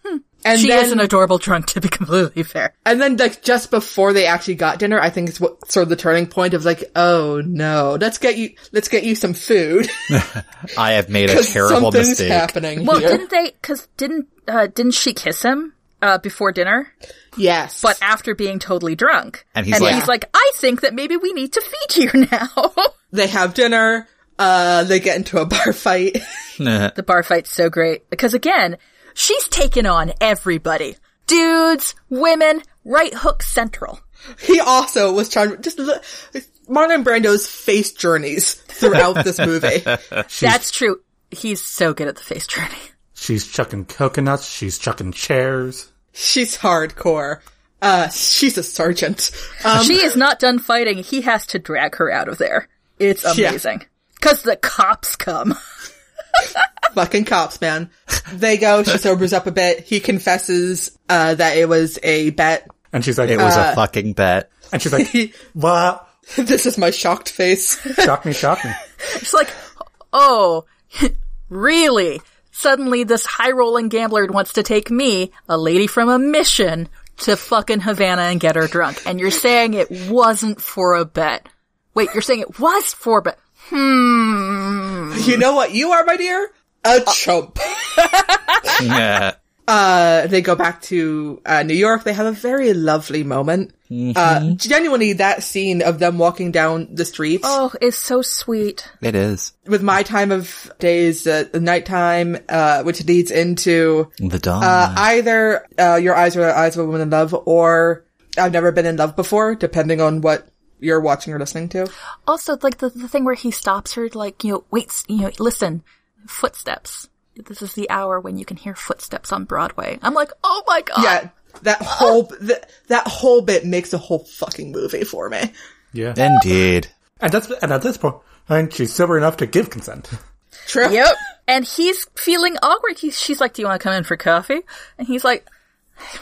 A: Hmm.
C: And
A: She
C: then,
A: is an adorable drunk, to be completely fair.
C: And then, like, just before they actually got dinner, I think it's what sort of the turning point of like, oh no, let's get you, let's get you some food.
B: I have made a
C: 'Cause
B: terrible
C: something's
B: mistake.
C: happening
A: Well,
C: here.
A: didn't they? Because didn't uh, didn't she kiss him uh, before dinner?
C: yes,
A: But after being totally drunk,
B: And he's like-
A: I think that maybe we need to feed you now."
C: they have dinner. Uh, they get into a bar fight.
A: the bar fight's so great because again, she's taken on everybody, dudes, women, right hook central.
C: he also was charged. Just look, Marlon Brando's face journeys throughout this movie.
A: That's true. He's so good at the face journey.
D: She's chucking coconuts. She's chucking chairs.
C: She's hardcore. Uh, she's a sergeant. Um,
A: she is not done fighting. He has to drag her out of there. It's
C: Yeah.
A: amazing. Cause the cops come.
C: fucking cops, man. They go, she sobers up a bit. He confesses, uh, that it was a bet.
D: And she's like,
B: It was
C: Uh,
B: a fucking bet.
D: and she's like, what?
C: this is my shocked face.
D: Shock me, shock me.
A: It's like, oh, really? Suddenly this high rolling gambler wants to take me, a lady from a mission, to fucking Havana and get her drunk. And you're saying it wasn't for a bet. Wait, you're saying it was for a bet.
C: you know what you are, my dear? A chump.
B: Yeah.
C: Uh, they go back to uh, New York. They have a very lovely moment. Uh, genuinely, that scene of them walking down the street
A: Oh, it's so sweet.
B: It is.
C: with my time of day is uh, the nighttime, uh, which leads into
B: The dawn.
C: uh, either uh, your eyes are the eyes of a woman in love, or I've never been in love before, depending on what you're watching or listening to.
A: Also, like the, the thing where he stops her, like, you know, wait, you know, listen, footsteps. this is the hour when you can hear footsteps on Broadway. I'm like, oh my god.
C: Yeah, that whole th- that whole bit makes a whole fucking movie for me.
D: Yeah.
B: Indeed.
D: And that's and at this point, and she's sober enough to give consent.
C: True.
A: Yep. And he's feeling awkward. He's, she's like, do you want to come in for coffee? And he's like,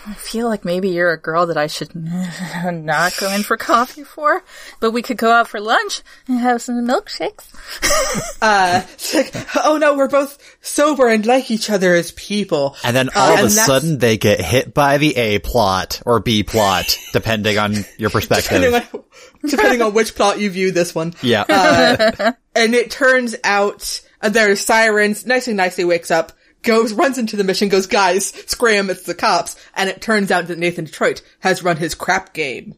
A: I feel like maybe you're a girl that I should not go in for coffee for, but we could go out for lunch and have some milkshakes.
C: It's like, oh no, we're both sober and like each other as people.
B: And then all
C: Uh,
B: of a
C: and that's-
B: sudden they get hit by the A plot or B plot, depending on your
C: depending
B: perspective.
C: on, Uh, depending on which plot you view this one.
B: Yeah.
C: And it turns out uh, there's sirens. Nicely, nicely wakes up, goes, runs into the mission, goes, guys, scram, it's the cops. And it turns out that Nathan Detroit has run his crap game.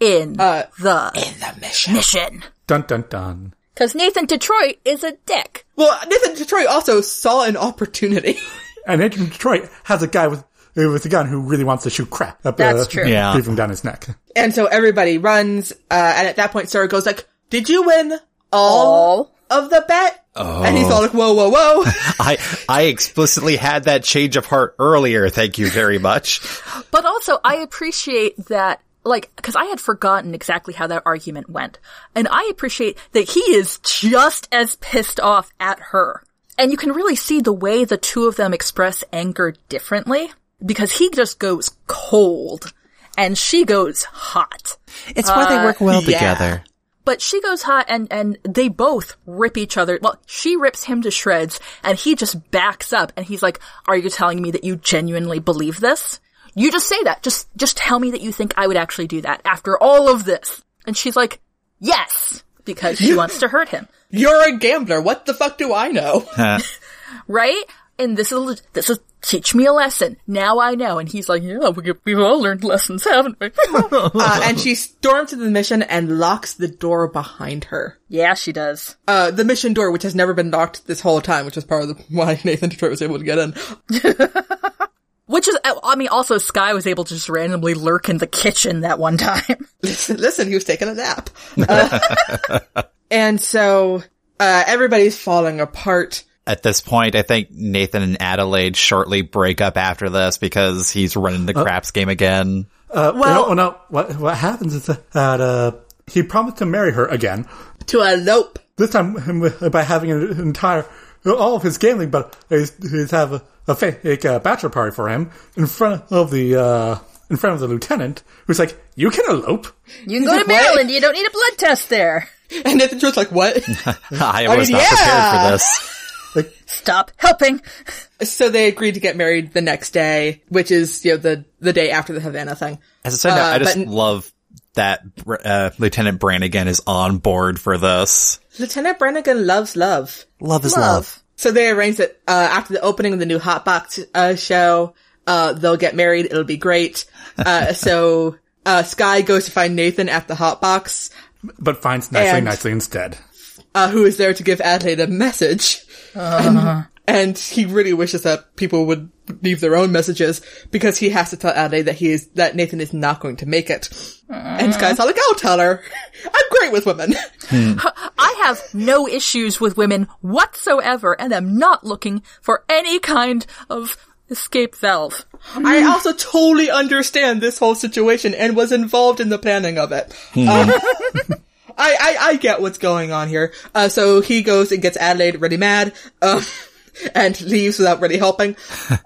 A: In the in the mission. mission.
D: Dun dun dun.
A: Cause Nathan Detroit is a dick.
C: Well, Nathan Detroit also saw an opportunity.
D: And Agent Detroit has a guy with uh, with a gun who really wants to shoot crap. Up,
A: That's true.
B: Yeah.
D: Breathing down his neck.
C: and so everybody runs, uh, and at that point Sarah goes like, did you win all
A: All
C: of the bet? And
B: Oh.
C: he's all like, whoa, whoa, whoa.
B: I I explicitly had that change of heart earlier. Thank you very much.
A: But also, I appreciate that, like, because I had forgotten exactly how that argument went. And I appreciate that he is just as pissed off at her. And you can really see the way the two of them express anger differently because he just goes cold and she goes hot.
B: It's why they work well
C: yeah.
B: together.
A: But she goes hot and, and they both rip each other. Well, she rips him to shreds and he just backs up and he's like, are you telling me that you genuinely believe this? You just say that. Just, just tell me that you think I would actually do that after all of this. And she's like, yes, because she wants to hurt him.
C: You're a gambler. What the fuck do I know?
A: Right? And this is, this is, teach me a lesson. Now I know. And he's like, yeah, we, we've all learned lessons, haven't we?
C: uh, and she storms to the mission and locks the door behind her.
A: yeah, she does.
C: Uh, the mission door, which has never been locked this whole time, which is part of the, why Nathan Detroit was able to get in.
A: Which is, I mean, also Sky was able to just randomly lurk in the kitchen that one time.
C: Listen, listen, he was taking a nap. Uh, and so, uh, everybody's falling apart.
B: At this point, I think Nathan and Adelaide shortly break up after this because he's running
C: Uh,
B: the craps game again.
D: Uh, well, no, no, what what happens is that uh, he promised to marry her again.
C: To elope.
D: This time him with- by having an entire all of his gambling, but he's, he's have a, a fake uh, bachelor party for him in front of the uh, in front of the lieutenant, who's like, "You can elope."
A: You can go to
C: What?
A: Maryland. You don't need a blood test there.
C: And Nathan Detroit's like, what?
B: I was not prepared for
C: yeah.
B: this.
A: Stop helping.
C: so they agreed to get married the next day, which is, you know, the, the day after the Havana thing.
B: As a side note,
C: Uh,
B: I just
C: but-
B: love that uh, Lieutenant Brannigan is on board for this.
C: Lieutenant Brannigan loves love.
B: Love is love.
C: So they arranged that uh, after the opening of the new Hotbox uh, show, uh, they'll get married. It'll be great. Uh, so uh, Sky goes to find Nathan at the Hotbox,
D: But finds nicely,
C: And-
D: nicely instead.
C: uh, who is there to give Adelaide a message. And, and he really wishes that people would leave their own messages because he has to tell Adelaide that he is that Nathan is not going to make it. And Sky's all like, "I'll tell her. I'm great with women."
A: I have no issues with women whatsoever and am not looking for any kind of escape valve.
C: I also totally understand this whole situation and was involved in the planning of it.
D: Hmm.
C: Um, I, I, I get what's going on here. Uh, so he goes and gets Adelaide really mad, um, and leaves without really helping,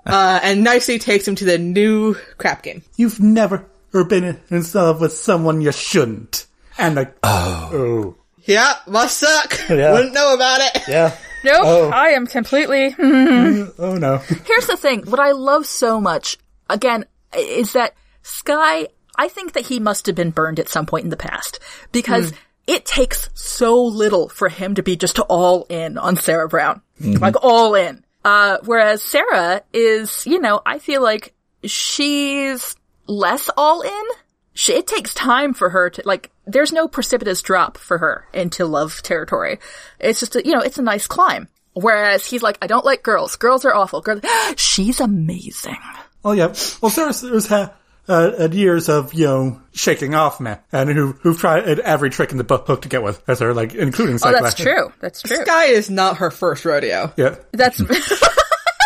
C: uh, and nicely takes him to the new crap game.
D: You've never been in love with someone you shouldn't, and like, oh,
C: Yeah, must suck.
D: Yeah.
C: Wouldn't know about it.
D: yeah,
A: Nope, I am completely.
D: oh no.
A: Here's the thing. What I love so much, again, is that Sky, I think that he must have been burned at some point in the past because it takes so little for him to be just all in on Sarah Brown. Like all in. Uh, whereas Sarah is, you know, I feel like she's less all in. She, it takes time for her to, like, there's no precipitous drop for her into love territory. It's just, a, you know, it's a nice climb. Whereas he's like, I don't like girls. Girls are awful. Girls, she's amazing.
D: Oh yeah. Well, Sarah's there's ha- uh, uh, years of you know shaking off men, and who who've tried every trick in the book to get with with her, like including.
A: Oh, that's true. That's true.
C: Sky is not her first rodeo.
D: Yeah.
A: That's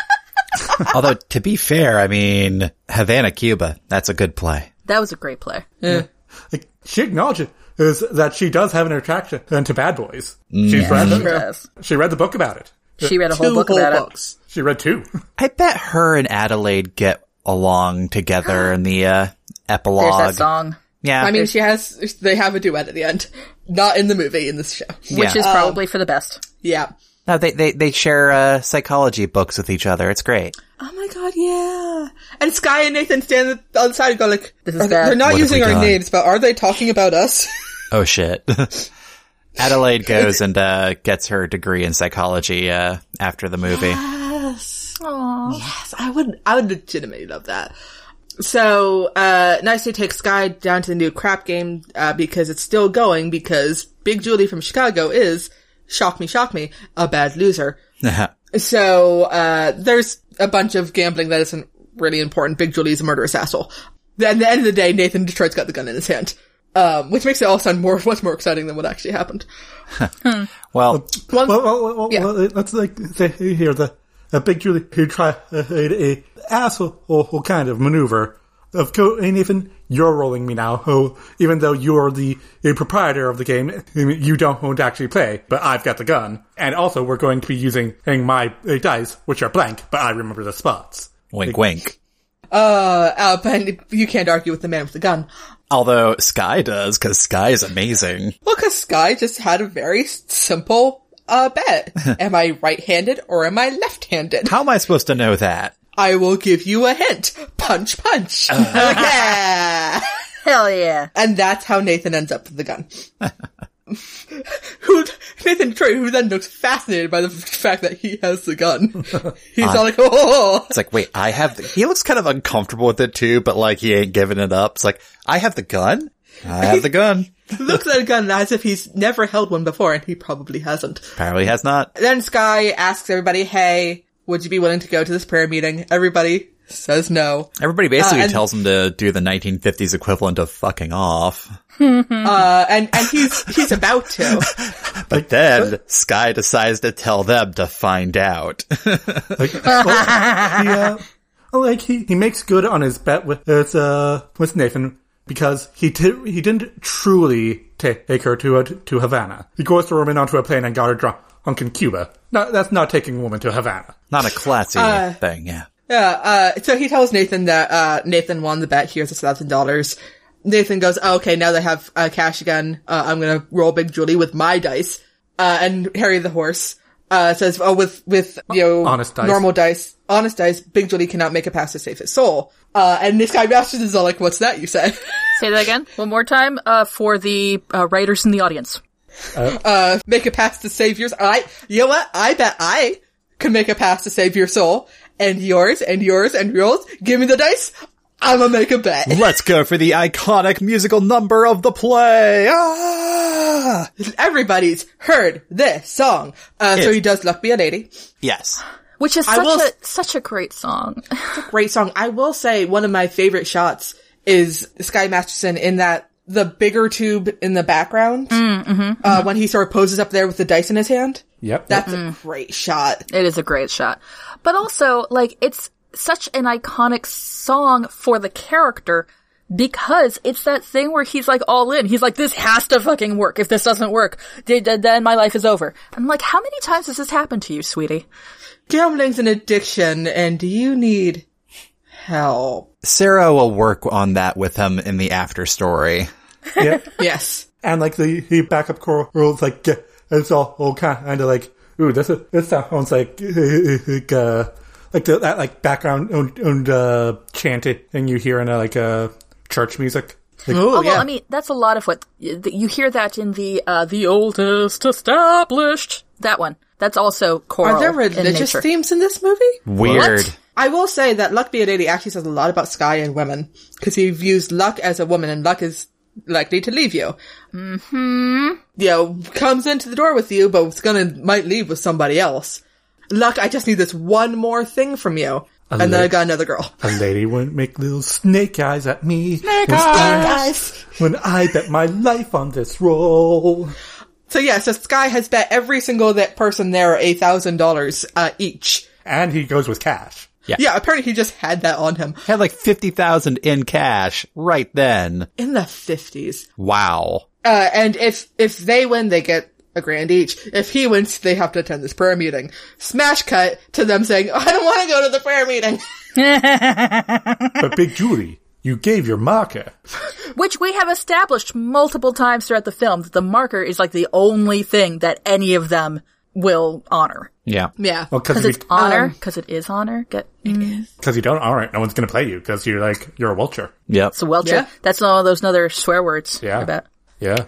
B: Although, to be fair, I mean, Havana, Cuba, that's a good play.
A: That was a great play.
D: Like, she acknowledges that she does have an attraction to bad boys. She's read
A: She
D: the,
A: does.
D: she read the book about it.
A: She read a whole
C: Two
A: book
C: whole
A: about it.
C: books.
D: She read two.
B: I bet her and Adelaide get along together in the uh,
A: There's that
B: epilogue.
A: song,
B: Yeah.
C: I mean, she has. They have a duet at the end, not in the movie in this show.
A: which
B: Yeah.
C: Oh.
A: is probably for the best.
C: Yeah.
B: no, they, they, they share uh, psychology books with each other. It's great.
C: Oh my god, yeah. And Sky and Nathan stand on the other side and go like,
A: This is
C: are they-
A: bad.
C: they're not
B: What have
C: using
B: we
C: our
B: done?
C: names, but are they talking about us?
B: Oh, shit. Adelaide goes and uh, gets her degree in psychology uh, after the movie.
C: Yes, I would, I would legitimately love that. So, uh, Nicely takes Sky down to the new crap game, uh, because it's still going because Big Julie from Chicago is, shock me, shock me, a bad loser. So, uh, there's a bunch of gambling that isn't really important. Big Julie's a murderous asshole. At the end of the day, Nathan Detroit's got the gun in his hand. Um, which makes it all sound more, much more exciting than what actually happened.
B: well,
C: One-
D: well, well, well, well,
C: yeah.
D: well, let's like say here the a big Julie who tried a, a asshole kind of maneuver of co and Nathan, you're rolling me now. Who, even though you're the proprietor of the game, you don't want to actually play, but I've got the gun, and also we're going to be using my uh, dice, which are blank, but I remember the spots.
B: wink, wink.
C: Uh, uh, but you can't argue with the man with the gun.
B: Although Sky does, because Sky is amazing.
C: Well, cause Sky just had a very s- simple, uh, bet. am I right-handed or am I left-handed?
B: How am I supposed to know that?
C: I will give you a hint. Punch, punch. I'm like, yeah.
A: Hell yeah.
C: And that's how Nathan ends up with the gun. who Nathan Troy, who then looks fascinated by the f- fact that he has the gun. He's all like, oh,
B: It's like, wait, I have. The- he looks kind of uncomfortable with it too, but like he ain't giving it up. It's like, I have the gun. I have the gun.
C: looks at a gun as if he's never held one before, and he probably hasn't.
B: Apparently has not.
C: Then Sky asks everybody, hey, would you be willing to go to this prayer meeting? Everybody says no.
B: Everybody basically
C: Uh, and-
B: tells him to do the 1950s equivalent of fucking off.
C: Uh, and, and he's, he's about to.
B: But then Sky decides to tell them to find out.
D: Like, well, he, uh, like he, he makes good on his bet with with, uh, with Nathan because he did he didn't truly ta- take her to uh, to Havana. He goes a woman onto a plane and got her drunk in Cuba. No, that's not taking a woman to Havana.
B: Not a classy thing, yeah.
C: Yeah, uh, so he tells Nathan that, uh, Nathan won the bet, here's a thousand dollars. Nathan goes, oh, okay, now they have, uh, cash again, uh, I'm gonna roll Big Julie with my dice. Uh, and Harry the horse, uh, says, oh, with, with, you know,
D: Honest dice.
C: normal dice, honest dice, Big Julie cannot make it past to save his soul. Uh, and this guy Masters is all like, what's that you said?
A: Say that again one more time uh, for the uh, writers in the audience.
C: make it past to save yours. I, you know what? I bet I can make a pass to save your soul and yours and yours and yours. Give me the dice. I'm gonna make a bet.
B: Let's go for the iconic musical number of the play. Ah!
C: everybody's heard this song. Uh, so
B: Yes.
C: he does Luck Be a Lady.
B: Yes.
A: Which is
C: I
A: such
C: will
A: a
C: s-
A: such a great song.
C: Great song. I will say one of my favorite shots is Sky Masterson in that the bigger tube in the background. uh, when he sort of poses up there with the dice in his hand.
D: Yep.
C: That's a great shot.
A: It is a great shot. But also, like, it's such an iconic song for the character because it's that thing where he's like all in. He's like, this has to fucking work. If this doesn't work, d- d- then my life is over. I'm like, how many times has this happened to you, sweetie?
C: Gambling's an addiction and you need help.
B: Sarah will work on that with him in the after story.
D: yeah.
C: Yes.
D: And like the he backup choral rules like yeah, it's all, all kind of like ooh this is this sounds like uh, like the, that like background and, and, uh, chanting you hear in a, like uh, church music. Like,
C: Oh,
A: Well, I mean, that's a lot of what th- you hear that in the uh, the oldest established that one. That's also choral.
C: Are there
A: in
C: religious
A: nature.
C: themes in this movie?
B: Weird.
C: I will say that Luck Be a Lady actually says a lot about Sky and women, because he views luck as a woman and luck is likely to leave you. Mm-hmm. You know, comes into the door with you, but it's gonna, might leave with somebody else. Luck, I just need this one more thing from you. and then I
D: lady.
C: got another girl.
D: A lady wouldn't make little snake eyes at me. Snake eyes! When I bet my life on this roll.
C: So yeah, so Sky has bet every single that person there $8,000, uh, each.
D: And he goes with cash.
B: Yeah.
C: Yeah, apparently he just had that on him
B: Had like 50,000 in cash right then.
C: in the 50s.
B: Wow.
C: Uh, and if, if they win, they get a grand each. If he wins, they have to attend this prayer meeting. Smash cut to them saying, "Oh, I don't want to go to the prayer meeting.
D: But Big Julie, you gave your marker.
A: Which we have established multiple times throughout the film that the marker is like the only thing that any of them will honor.
B: Yeah.
C: yeah.
D: Well, because
A: Because
D: if
A: it's honor,
C: Um,
A: because it is honor. Get,
C: mm,
D: because you don't, all right, no one's going to play you because you're like you're a vulture.
B: Yep.
A: It's a Welcher.
C: Yeah.
A: That's all those other swear words.
D: Yeah.
A: I bet.
D: Yeah,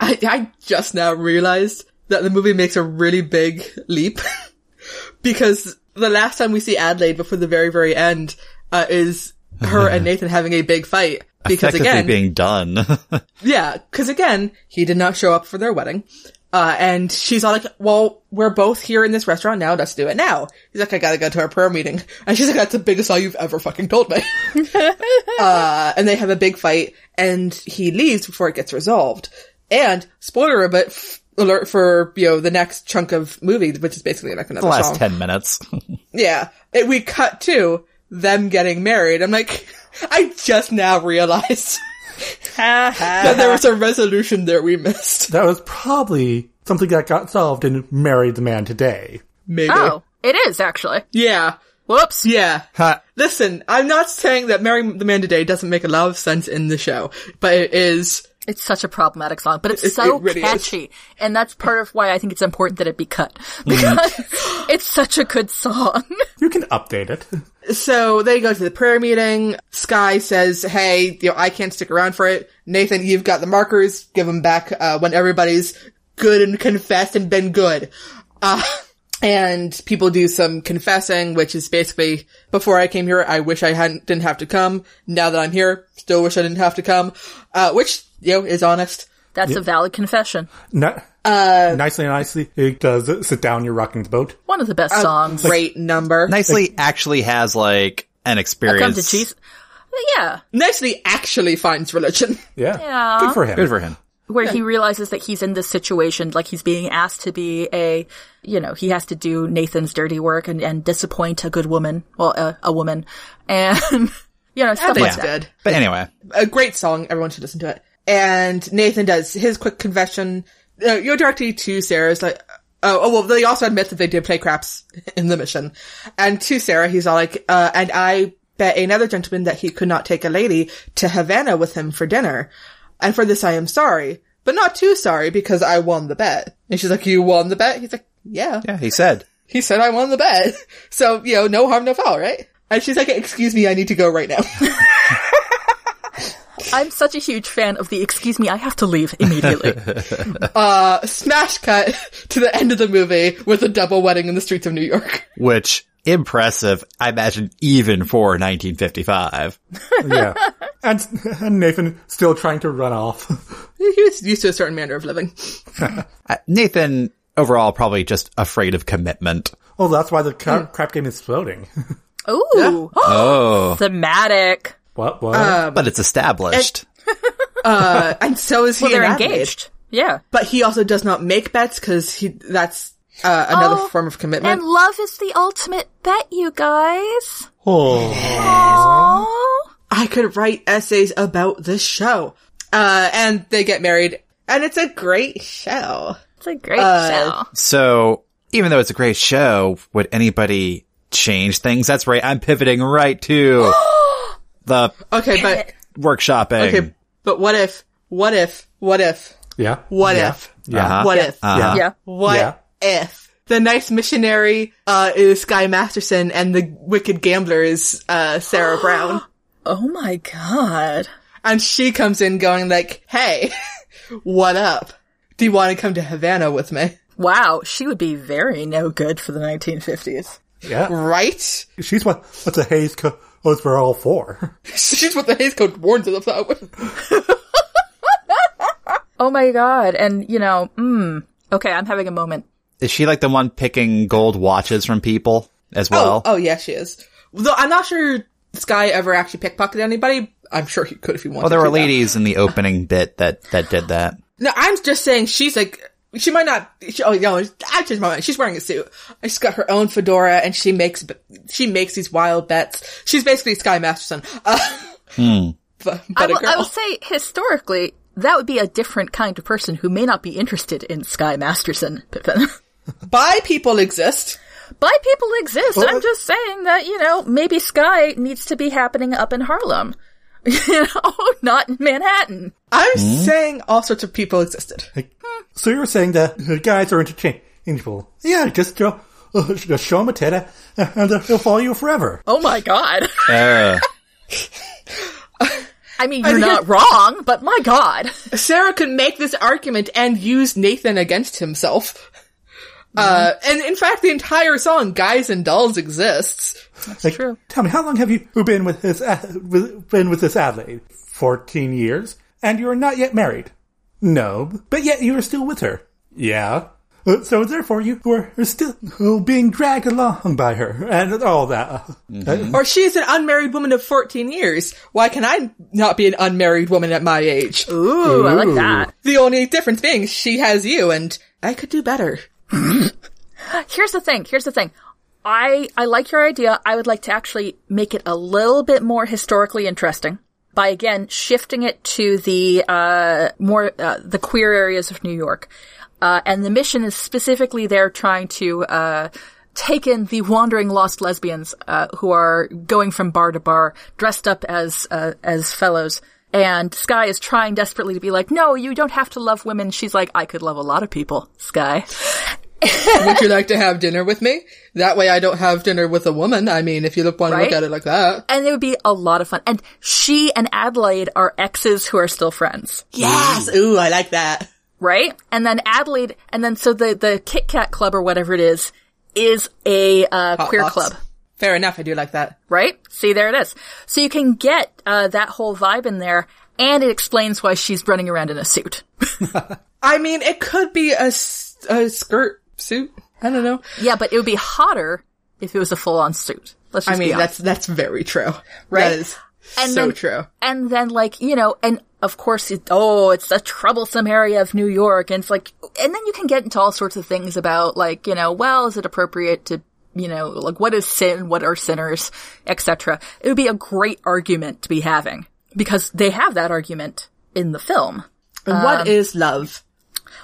C: I, I just now realized that the movie makes a really big leap because the last time we see Adelaide before the very, very end uh, is her and Nathan having a big fight. Because
B: Effectively
C: again,
B: being done.
C: yeah, because again, he did not show up for their wedding. Uh, and she's all like, well, we're both here in this restaurant now. Let's do it now. He's like, I gotta go to our prayer meeting. And she's like, that's the biggest lie you've ever fucking told me. uh, and they have a big fight and he leaves before it gets resolved. And spoiler a bit f- alert for, you know, the next chunk of movie, which is basically like another
B: the last
C: song.
B: 10 minutes.
C: Yeah. It, we cut to them getting married. I'm like, I just now realized that
B: Uh-huh.
C: there was a resolution there we missed.
D: that was probably something that got solved and married the man today.
C: Maybe.
A: Oh, it is actually.
C: Yeah.
A: Whoops.
C: Yeah.
B: Ha.
C: Listen, I'm not saying that Marry the Man Today doesn't make a lot of sense in the show, but it is,
A: It's such a problematic song, but it's
C: It-
A: so
C: it really is.
A: catchy. And that's part of why I think it's important that it be cut.
C: Mm.
A: Because it's such a good song.
D: You can update it.
C: so they go to the prayer meeting. Sky says, "Hey, you know, I can't stick around for it. Nathan, you've got the markers. Give them back uh, when everybody's good and confessed and been good." Uh, and people do some confessing, which is basically, "Before I came here, I wish I hadn't didn't have to come. Now that I'm here, still wish I didn't have to come," uh, which you know is honest.
A: That's a valid confession.
D: No, nicely, nicely, it does sit down. You're rocking the boat.
A: One of the
C: Uh,
A: best songs.
C: Great number.
B: Nicely actually has like an experience.
A: Come to Jesus. Yeah.
C: Nicely actually finds religion.
D: Yeah,
A: Yeah.
D: good for him.
B: Good for him.
A: where he realizes that he's in this situation, like he's being asked to be a, you know, he has to do Nathan's dirty work and, and disappoint a good woman, well, a, a woman, and, you know, stuff like
C: That's
A: that.
C: good.
B: But anyway,
C: a great song. Everyone should listen to it. And Nathan does his quick confession. Uh, you're directly to Sarah's like, oh, oh, well, they also admit that they did play craps in the mission. And to Sarah, he's all like, uh, and I bet another gentleman that he could not take a lady to Havana with him for dinner. And for this, I am sorry, but not too sorry because I won the bet. And she's like, you won the bet? He's like, yeah.
B: yeah, he said.
C: He said I won the bet. So, you know, no harm, no foul, right? And she's like, excuse me, I need to go right now.
A: I'm such a huge fan of the, excuse me, I have to leave immediately.
C: smash cut to the end of the movie with a double wedding in the streets of New York.
B: Which impressive, I imagine, even for 1955.
D: yeah, and, and Nathan still trying to run off.
C: He was used to a certain manner of living.
B: Uh, Nathan overall probably just afraid of commitment.
D: Oh, that's why the cra- crap game is floating.
A: Ooh.
B: Oh,
A: Thematic.
D: what? What?
C: Um,
B: but it's established.
C: Uh, and so is he.
A: Well, they're
C: and Adelaide.
A: engaged. Yeah.
C: But he also does not make bets because he, that's, uh, another
A: Oh,
C: form of commitment.
A: And love is the ultimate bet, you guys.
D: oh,
A: Aww.
C: I could write essays about this show. Uh, and they get married and it's a great show.
A: It's a great show.
B: so even though it's a great show, would anybody change things? That's right. I'm pivoting right to the
C: Okay, but,
B: workshopping.
C: okay, but what if, what if, what if,
D: yeah.
C: what
D: yeah.
C: if,
D: Yeah.
B: Uh-huh.
C: what if?
B: Uh-huh.
A: Yeah.
C: What
D: Yeah.
C: if the nice missionary uh, is Guy Masterson and the wicked gambler is uh, Sarah Brown?
A: Oh my god.
C: And she comes in going like, "Hey, what up? Do you want to come to Havana with me?"
A: Wow, she would be very no good for the 1950s.
D: Yeah.
C: Right?
D: She's what? What's a haze co- was for all four?
C: She's what the Hayes Code warns us about.
A: Oh my god, and you know, mm, okay, I'm having a moment.
B: Is she like the one picking gold watches from people as well?
C: Oh, oh yeah, she is. Though I'm not sure Sky ever actually pickpocketed anybody. I'm sure he could if he wanted.
B: well, Oh, there
C: to,
B: were
C: though.
B: ladies in the opening bit that that did that.
C: No, I'm just saying she's like she might not. She, oh no, I changed my mind. She's wearing a suit. She's got her own fedora, and she makes she makes these wild bets. She's basically Sky Masterson, uh, but, but
A: I
C: a
A: will,
C: girl.
A: I will say, historically, that would be a different kind of person who may not be interested in Sky Masterson, Pippin.
C: Bi people exist.
A: Bi people exist. I'm just saying that, you know, maybe Sky needs to be happening up in Harlem. you know, not in Manhattan.
C: I'm saying all sorts of people existed. Hmm.
D: So you were saying that the guys are interchangeable. Yeah, just show, uh, just show them a teddy and uh, they'll they'll follow you forever.
A: Oh my god.
B: Uh,
A: I mean, you're not wrong, but my god.
C: Sarah could make this argument and use Nathan against himself. Uh, and in fact, the entire song "Guys and Dolls" exists.
D: Like,
A: true.
D: Tell me, how long have you been with this uh, with, been with this Adelaide? Fourteen years, and you are not yet married. No, but yet you are still with her. Yeah. Uh, So therefore, you were still uh, being dragged along by her and all that. Uh,
C: Or she is an unmarried woman of 14 years. Why can I not be an unmarried woman at my age?
A: Ooh, I like that.
C: The only difference being she has you and I could do better.
A: here's the thing. Here's the thing. I I like your idea. I would like to actually make it a little bit more historically interesting by again shifting it to the uh, more uh, the queer areas of New York. Uh, and the mission is specifically there trying to uh, take in the wandering lost lesbians uh, who are going from bar to bar, dressed up as uh, as fellows. And Sky is trying desperately to be like, no, you don't have to love women. She's like, I could love a lot of people, Sky.
C: Would you like to have dinner with me? That way I don't have dinner with a woman. I mean, if you look, want to
A: Right?
C: look at it like that.
A: and it would be a lot of fun. And she and Adelaide are exes who are still friends,
C: Yes! Ooh, I like that.
A: right? And then Adelaide, and then so the the Kit Kat Club or whatever it is is a uh, queer
C: Fox.
A: club,
C: Fair enough, I do like that.
A: right? See, there it is. So you can get uh, that whole vibe in there, and it explains why she's running around in a suit.
C: I mean, it could be a, s- a skirt suit. I don't know.
A: yeah, but it would be hotter if it was a full on suit. Let's
C: I
A: just be
C: mean,
A: honest.
C: that's, that's very true.
A: Right?
C: That is
A: And
C: so
A: then-
C: true.
A: And then like, you know, and of course, it, oh, it's a troublesome area of New York. And it's like, and then you can get into all sorts of things about like, you know, well, is it appropriate to, you know, like what is sin? What are sinners? Etc. It would be a great argument to be having because they have that argument in the film.
C: And what is love?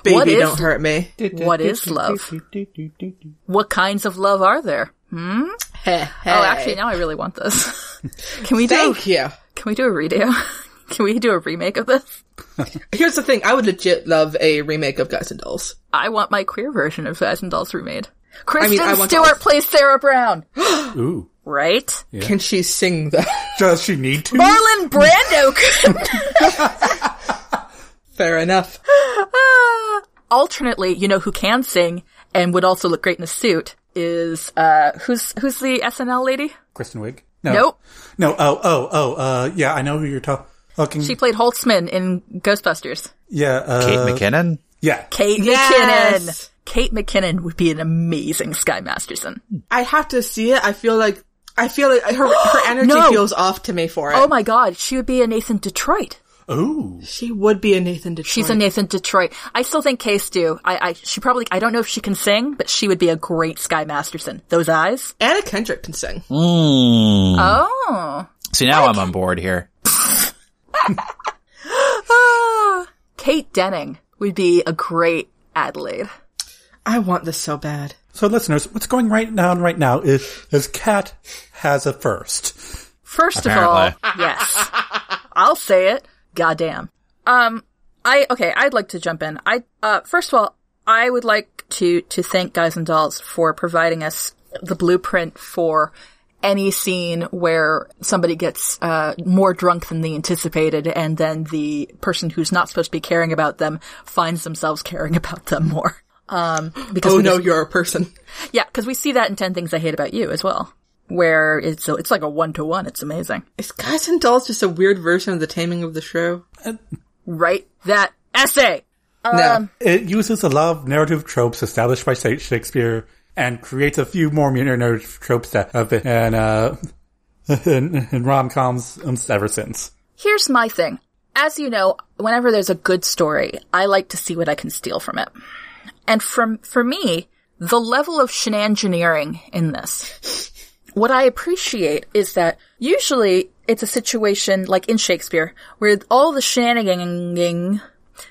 C: Baby,
A: what is-
C: don't hurt me.
A: What is love? What kinds of love are there? Oh, actually, now I really want this. can we do,
C: Thank you.
A: can we do a redo? can we do a remake of this?
C: Here's the thing. I would legit love a remake of Guys and Dolls.
A: I want my queer version of Fashion Dolls remade. Kristen
C: I want
A: Stewart
C: dolls.
A: plays Sarah Brown.
D: Ooh,
A: Right?
C: Can she sing though?
D: does she need to?
A: Marlon Brando could.
C: Fair enough.
A: Alternately, you know who can sing and would also look great in a suit is uh who's who's the SNL lady?
D: Kristen Wiig? No.
A: Nope.
D: No. Oh. Oh. Oh. Uh. Yeah. I know who you're ta- talking.
A: She played Holtzman in Ghostbusters.
D: yeah. Uh,
B: Kate McKinnon?
D: Yeah.
A: Kate
C: Yes!
A: McKinnon. Kate McKinnon would be an amazing Sky Masterson.
C: I have to see it. I feel like I feel like her her energy
A: No.
C: feels off to me for it.
A: Oh my god, she would be a Nathan Detroit.
D: Ooh.
C: she would be a Nathan Detroit.
A: She's a Nathan Detroit. I still think Case do. I, I she probably I don't know if she can sing, but she would be a great Sky Masterson. Those eyes.
C: Anna Kendrick can sing.
A: Hmm?
B: Mm.
A: Oh.
B: See, now I'm on board here.
A: Kate Denning would be a great Adelaide.
C: I want this so bad.
D: So, listeners, what's going right now right now is is Kat has a first.
A: First of all,
B: Apparently.
A: yes. I'll say it. Goddamn. Um I okay, I'd like to jump in. I uh first of all, I would like to to thank Guys and Dolls for providing us the blueprint for any scene where somebody gets uh, more drunk than they anticipated, and then the person who's not supposed to be caring about them finds themselves caring about them more. Um, because
C: Oh
A: we
C: no,
A: just-
C: you're a person.
A: Yeah, because we see that in Ten Things I Hate About You as well, where it's it's like a one to one. It's amazing,
C: Is Guys and Dolls just a weird version of the Taming of the Shrew?
A: right? That essay. Um,
C: no.
D: It uses a lot of narrative tropes established by Sha- Shakespeare and creates a few more minor narrative tropes that have been in, uh, in, in rom coms ever since.
A: Here's my thing. As you know, whenever there's a good story, I like to see what I can steal from it. And from, for me, the level of shenanigans in this. What I appreciate is that usually it's a situation like in Shakespeare where all the shenanigans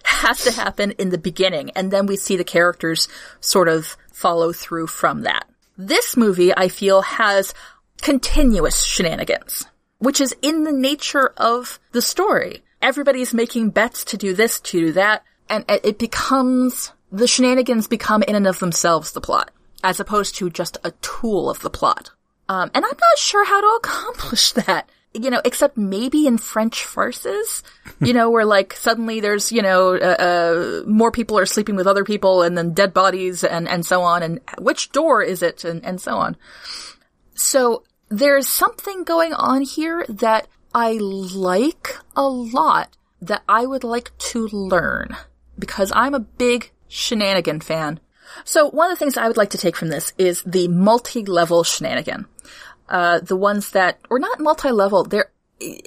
A: has to happen in the beginning and then we see the characters sort of follow through from that. This movie, I feel, has continuous shenanigans, which is in the nature of the story. Everybody's making bets to do this, to do that, and it it becomes, the shenanigans become in and of themselves the plot, as opposed to just a tool of the plot. Um, and I'm not sure how to accomplish that. You know, except maybe in French farces, you know, where like suddenly there's, you know, uh, uh, more people are sleeping with other people and then dead bodies and, and so on. And which door is it? And, and so on. So there's something going on here that I like a lot that I would like to learn because I'm a big shenanigan fan. So one of the things I would like to take from this is the multi-level shenanigan. Uh, the ones that, or not multi-level, they're,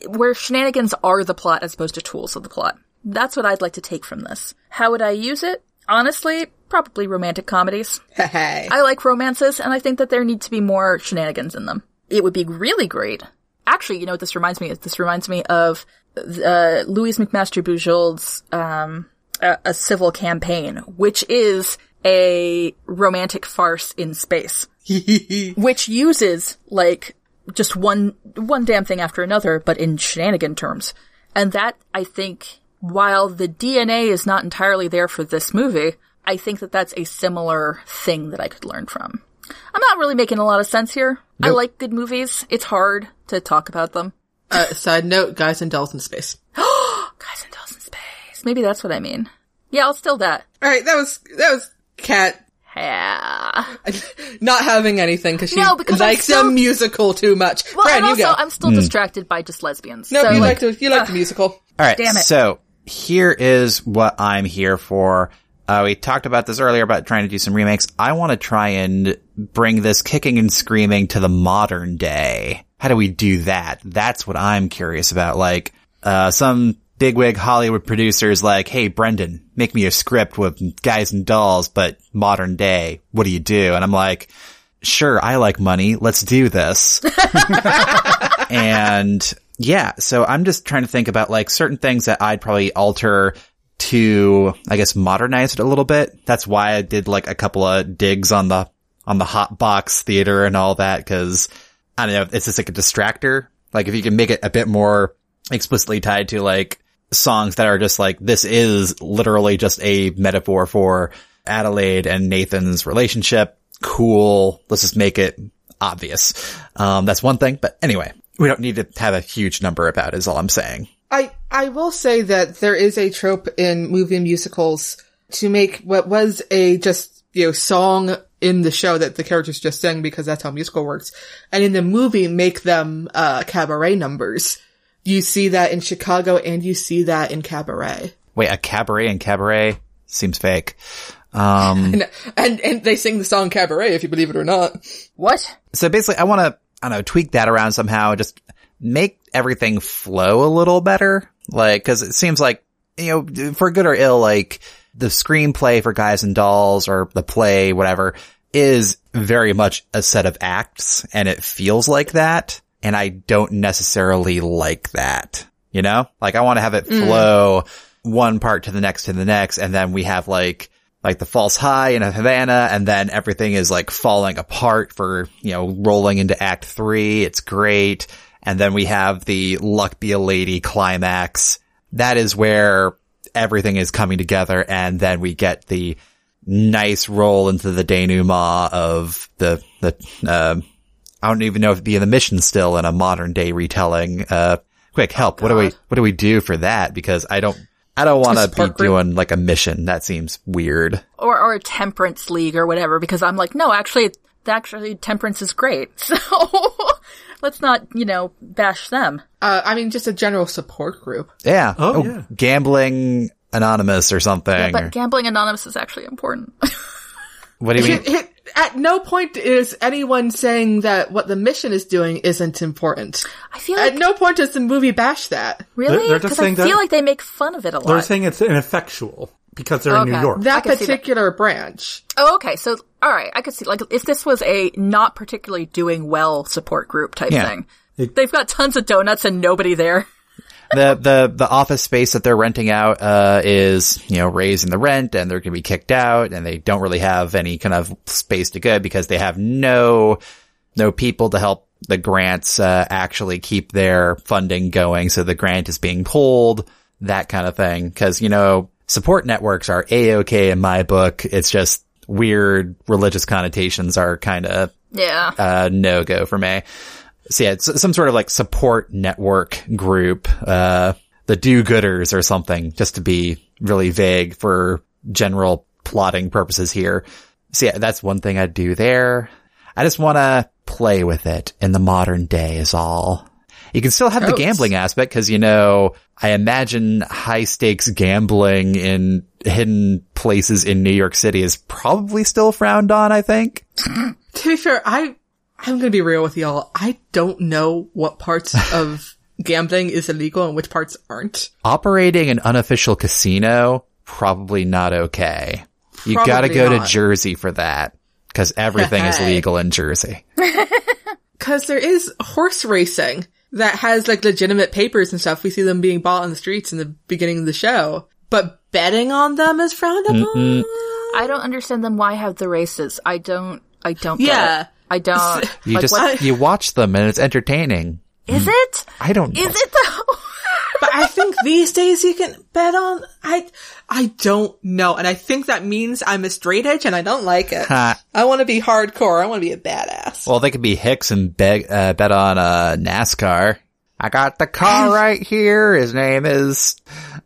A: where shenanigans are the plot as opposed to tools of the plot. That's what I'd like to take from this. How would I use it? Honestly, probably romantic comedies.
C: Hey.
A: I like romances, and I think that there need to be more shenanigans in them. It would be really great. Actually, you know what this reminds me of? This reminds me of uh, Louise McMaster Bujold's um, a, a Civil Campaign, which is a romantic farce in space, which uses like just one one damn thing after another, but in shenanigan terms. And that I think, while the DNA is not entirely there for this movie, I think that that's a similar thing that I could learn from. I'm not really making a lot of sense here. I like good movies. It's hard to talk about them.
C: Uh, side note, guys and dolls in space.
A: Guys and dolls in space. Maybe that's what I mean. Yeah, I'll steal that.
C: All right, that was that was Kat
A: Yeah.
C: not having anything because she
A: No, because I'm
C: likes
A: still-
C: a musical too much.
A: Well,
C: Fran,
A: and
C: you
A: also,
C: go.
A: I'm still distracted by just lesbians.
C: no,
A: so,
C: you
A: like,
C: like, the you like the musical.
B: All right.
A: Damn it.
B: So here is what I'm here for. Uh, we talked about this earlier about trying to do some remakes. I want to try and bring this kicking and screaming to the modern day. How do we do that? That's what I'm curious about. Like, uh, some bigwig Hollywood producers like, Hey, Brendan, make me a script with guys and dolls, but modern day. What do you do? And I'm like, sure, I like money. Let's do this and yeah, so I'm just trying to think about like certain things that I'd probably alter to, I guess, modernize it a little bit. That's why I did like a couple of digs on the, on the hot box theater and all that. Cause I don't know, it's just like a distractor. Like if you can make it a bit more explicitly tied to like songs that are just like, this is literally just a metaphor for Adelaide and Nathan's relationship. Cool. Let's just make it obvious. Um, that's one thing, but anyway, we don't need to have a huge number about it is all I'm saying.
C: I I will say that there is a trope in movie musicals to make what was a just you know song in the show that the characters just sing because that's how musical works, and in the movie make them uh, cabaret numbers. You see that in Chicago, and you see that in Cabaret,
B: Wait, a cabaret and cabaret seems fake. Um,
C: and and, and they sing the song Cabaret if you believe it or not.
A: what?
B: so basically I want to, I don't know, tweak that around somehow, just make everything flow a little better. Like, cause it seems like, you know, for good or ill, like the screenplay for guys and dolls or the play, whatever is very much a set of acts and it feels like that. And I don't necessarily like that, you know, like I want to have it flow one part to the next to the next. And then we have like, like the false high in Havana, and then everything is like falling apart for, you know, rolling into act three. It's great. And then we have the luck be a lady climax. That is where everything is coming together. And then we get the nice roll into the denouement of the, the, um, I don't even know if it'd be in the mission still in a modern day retelling. Uh, quick help. What do we, what do we do for that? Because I don't, I don't want to be
C: park room.
B: doing like a mission. That seems weird.
A: Or, or a temperance league or whatever, because I'm like, no, actually, actually, temperance is great. So, let's not, you know, bash them.
C: Uh, I mean, just a general support group.
B: Yeah.
D: Oh, yeah.
B: Gambling Anonymous or something.
A: But Gambling Anonymous is actually important.
B: what do you mean?
C: It- it- at no point is anyone saying that what the mission is doing isn't important.
A: I feel like,
C: At Uh, no point does the movie bash that.
A: really?
D: They're- they're just
A: Because I
D: saying
A: feel
D: that-
A: like they make fun of it a
D: They're
A: lot.
D: saying it's ineffectual. because they're in New
A: Okay.
D: York.
C: That
A: can see that.
C: particular branch.
A: Oh, okay. So, all right, I could see like if this was a not particularly doing well support group type
B: Yeah.
A: thing, they've got tons of donuts and nobody there.
B: the the the office space that they're renting out uh, is you know raising the rent, and they're going to be kicked out, and they don't really have any kind of space to go because they have no no people to help the grants uh, actually keep their funding going. So the grant is being pulled, that kind of thing. Because you know support networks are a okay in my book. It's just weird religious connotations are kind of
A: Yeah.
B: uh, no go for me. So yeah, it's some sort of like support network group, uh, the do-gooders or something, just to be really vague for general plotting purposes here. So yeah, that's one thing I'd do there. I just want to play with it in the modern day is all. You can still have the
C: Gross.
B: gambling aspect because, you know, I imagine high stakes gambling in hidden places in New York City is probably still frowned on, I think.
C: To be fair, I I'm gonna be real with y'all. I don't know what parts of gambling is illegal and which parts aren't.
B: operating an unofficial casino probably not okay. You
C: Probably
B: got to go
C: not.
B: to Jersey for that cuz everything is legal in Jersey.
C: Cause there is horse racing that has like legitimate papers and stuff. We see them being bought on the streets in the beginning of the show. But betting on them is frowned upon.
A: I don't understand then why have the races. I don't. I don't.
C: Yeah.
A: Get it. I don't.
B: You
A: like,
B: just
A: what-
B: you watch them and it's entertaining.
A: is it?
B: I don't know.
A: Is it though?
C: But I think these days you can bet on I I don't know. And I think that means I'm a straight edge and I don't like it.
B: Ha.
C: I wanna be hardcore. I wanna be a badass.
B: Well, they could be Hicks and beg, uh, bet on uh, NASCAR. I got the car right here. His name is.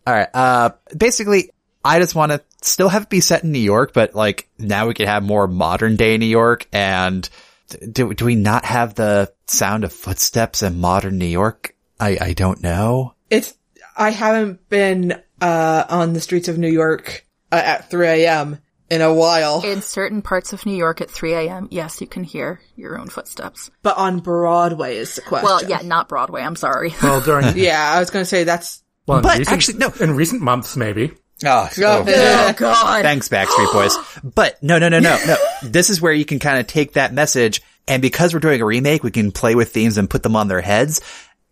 B: All right. Uh, basically, I just want to still have it be set in New York, but like now we could have more modern day New York. And d- do do we not have the sound of footsteps in modern New York? I I don't know.
C: It's I haven't been uh on the streets of New York uh, at 3 a.m. in a while.
A: In certain parts of New York at 3 a.m., yes, you can hear your own footsteps.
C: but on Broadway is the question.
A: Well, yeah, not Broadway. I'm sorry.
D: well, during
C: Yeah, I was gonna say that's
D: well, in
B: But
D: recent-
B: actually, no.
D: in recent months maybe.
B: Oh,
A: oh God.
B: Thanks, Backstreet Boys. But no, no, no, no, no. This is where you can kind of take that message. And because we're doing a remake, we can play with themes and put them on their heads.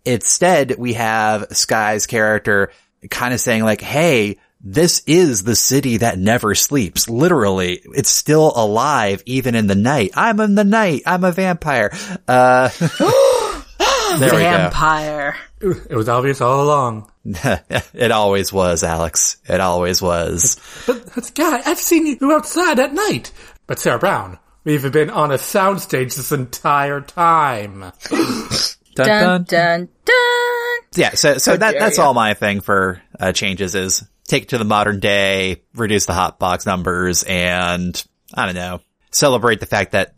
B: Instead, we have Sky's character kind of saying like, Hey, this is the city that never sleeps. Literally, it's still alive even in the night. I'm in the night. I'm a vampire. Uh, there we go.
A: Vampire.
D: It was obvious all along.
B: It always was, Alex. It always was.
D: But that's God, I've seen you outside at night. But Sarah Brown, we've been on a soundstage this entire time.
B: Dun,
A: Dun dun dun.
B: yeah, so so that that's all my thing for uh, changes is take it to the modern day, reduce the hotbox numbers, and I don't know, celebrate the fact that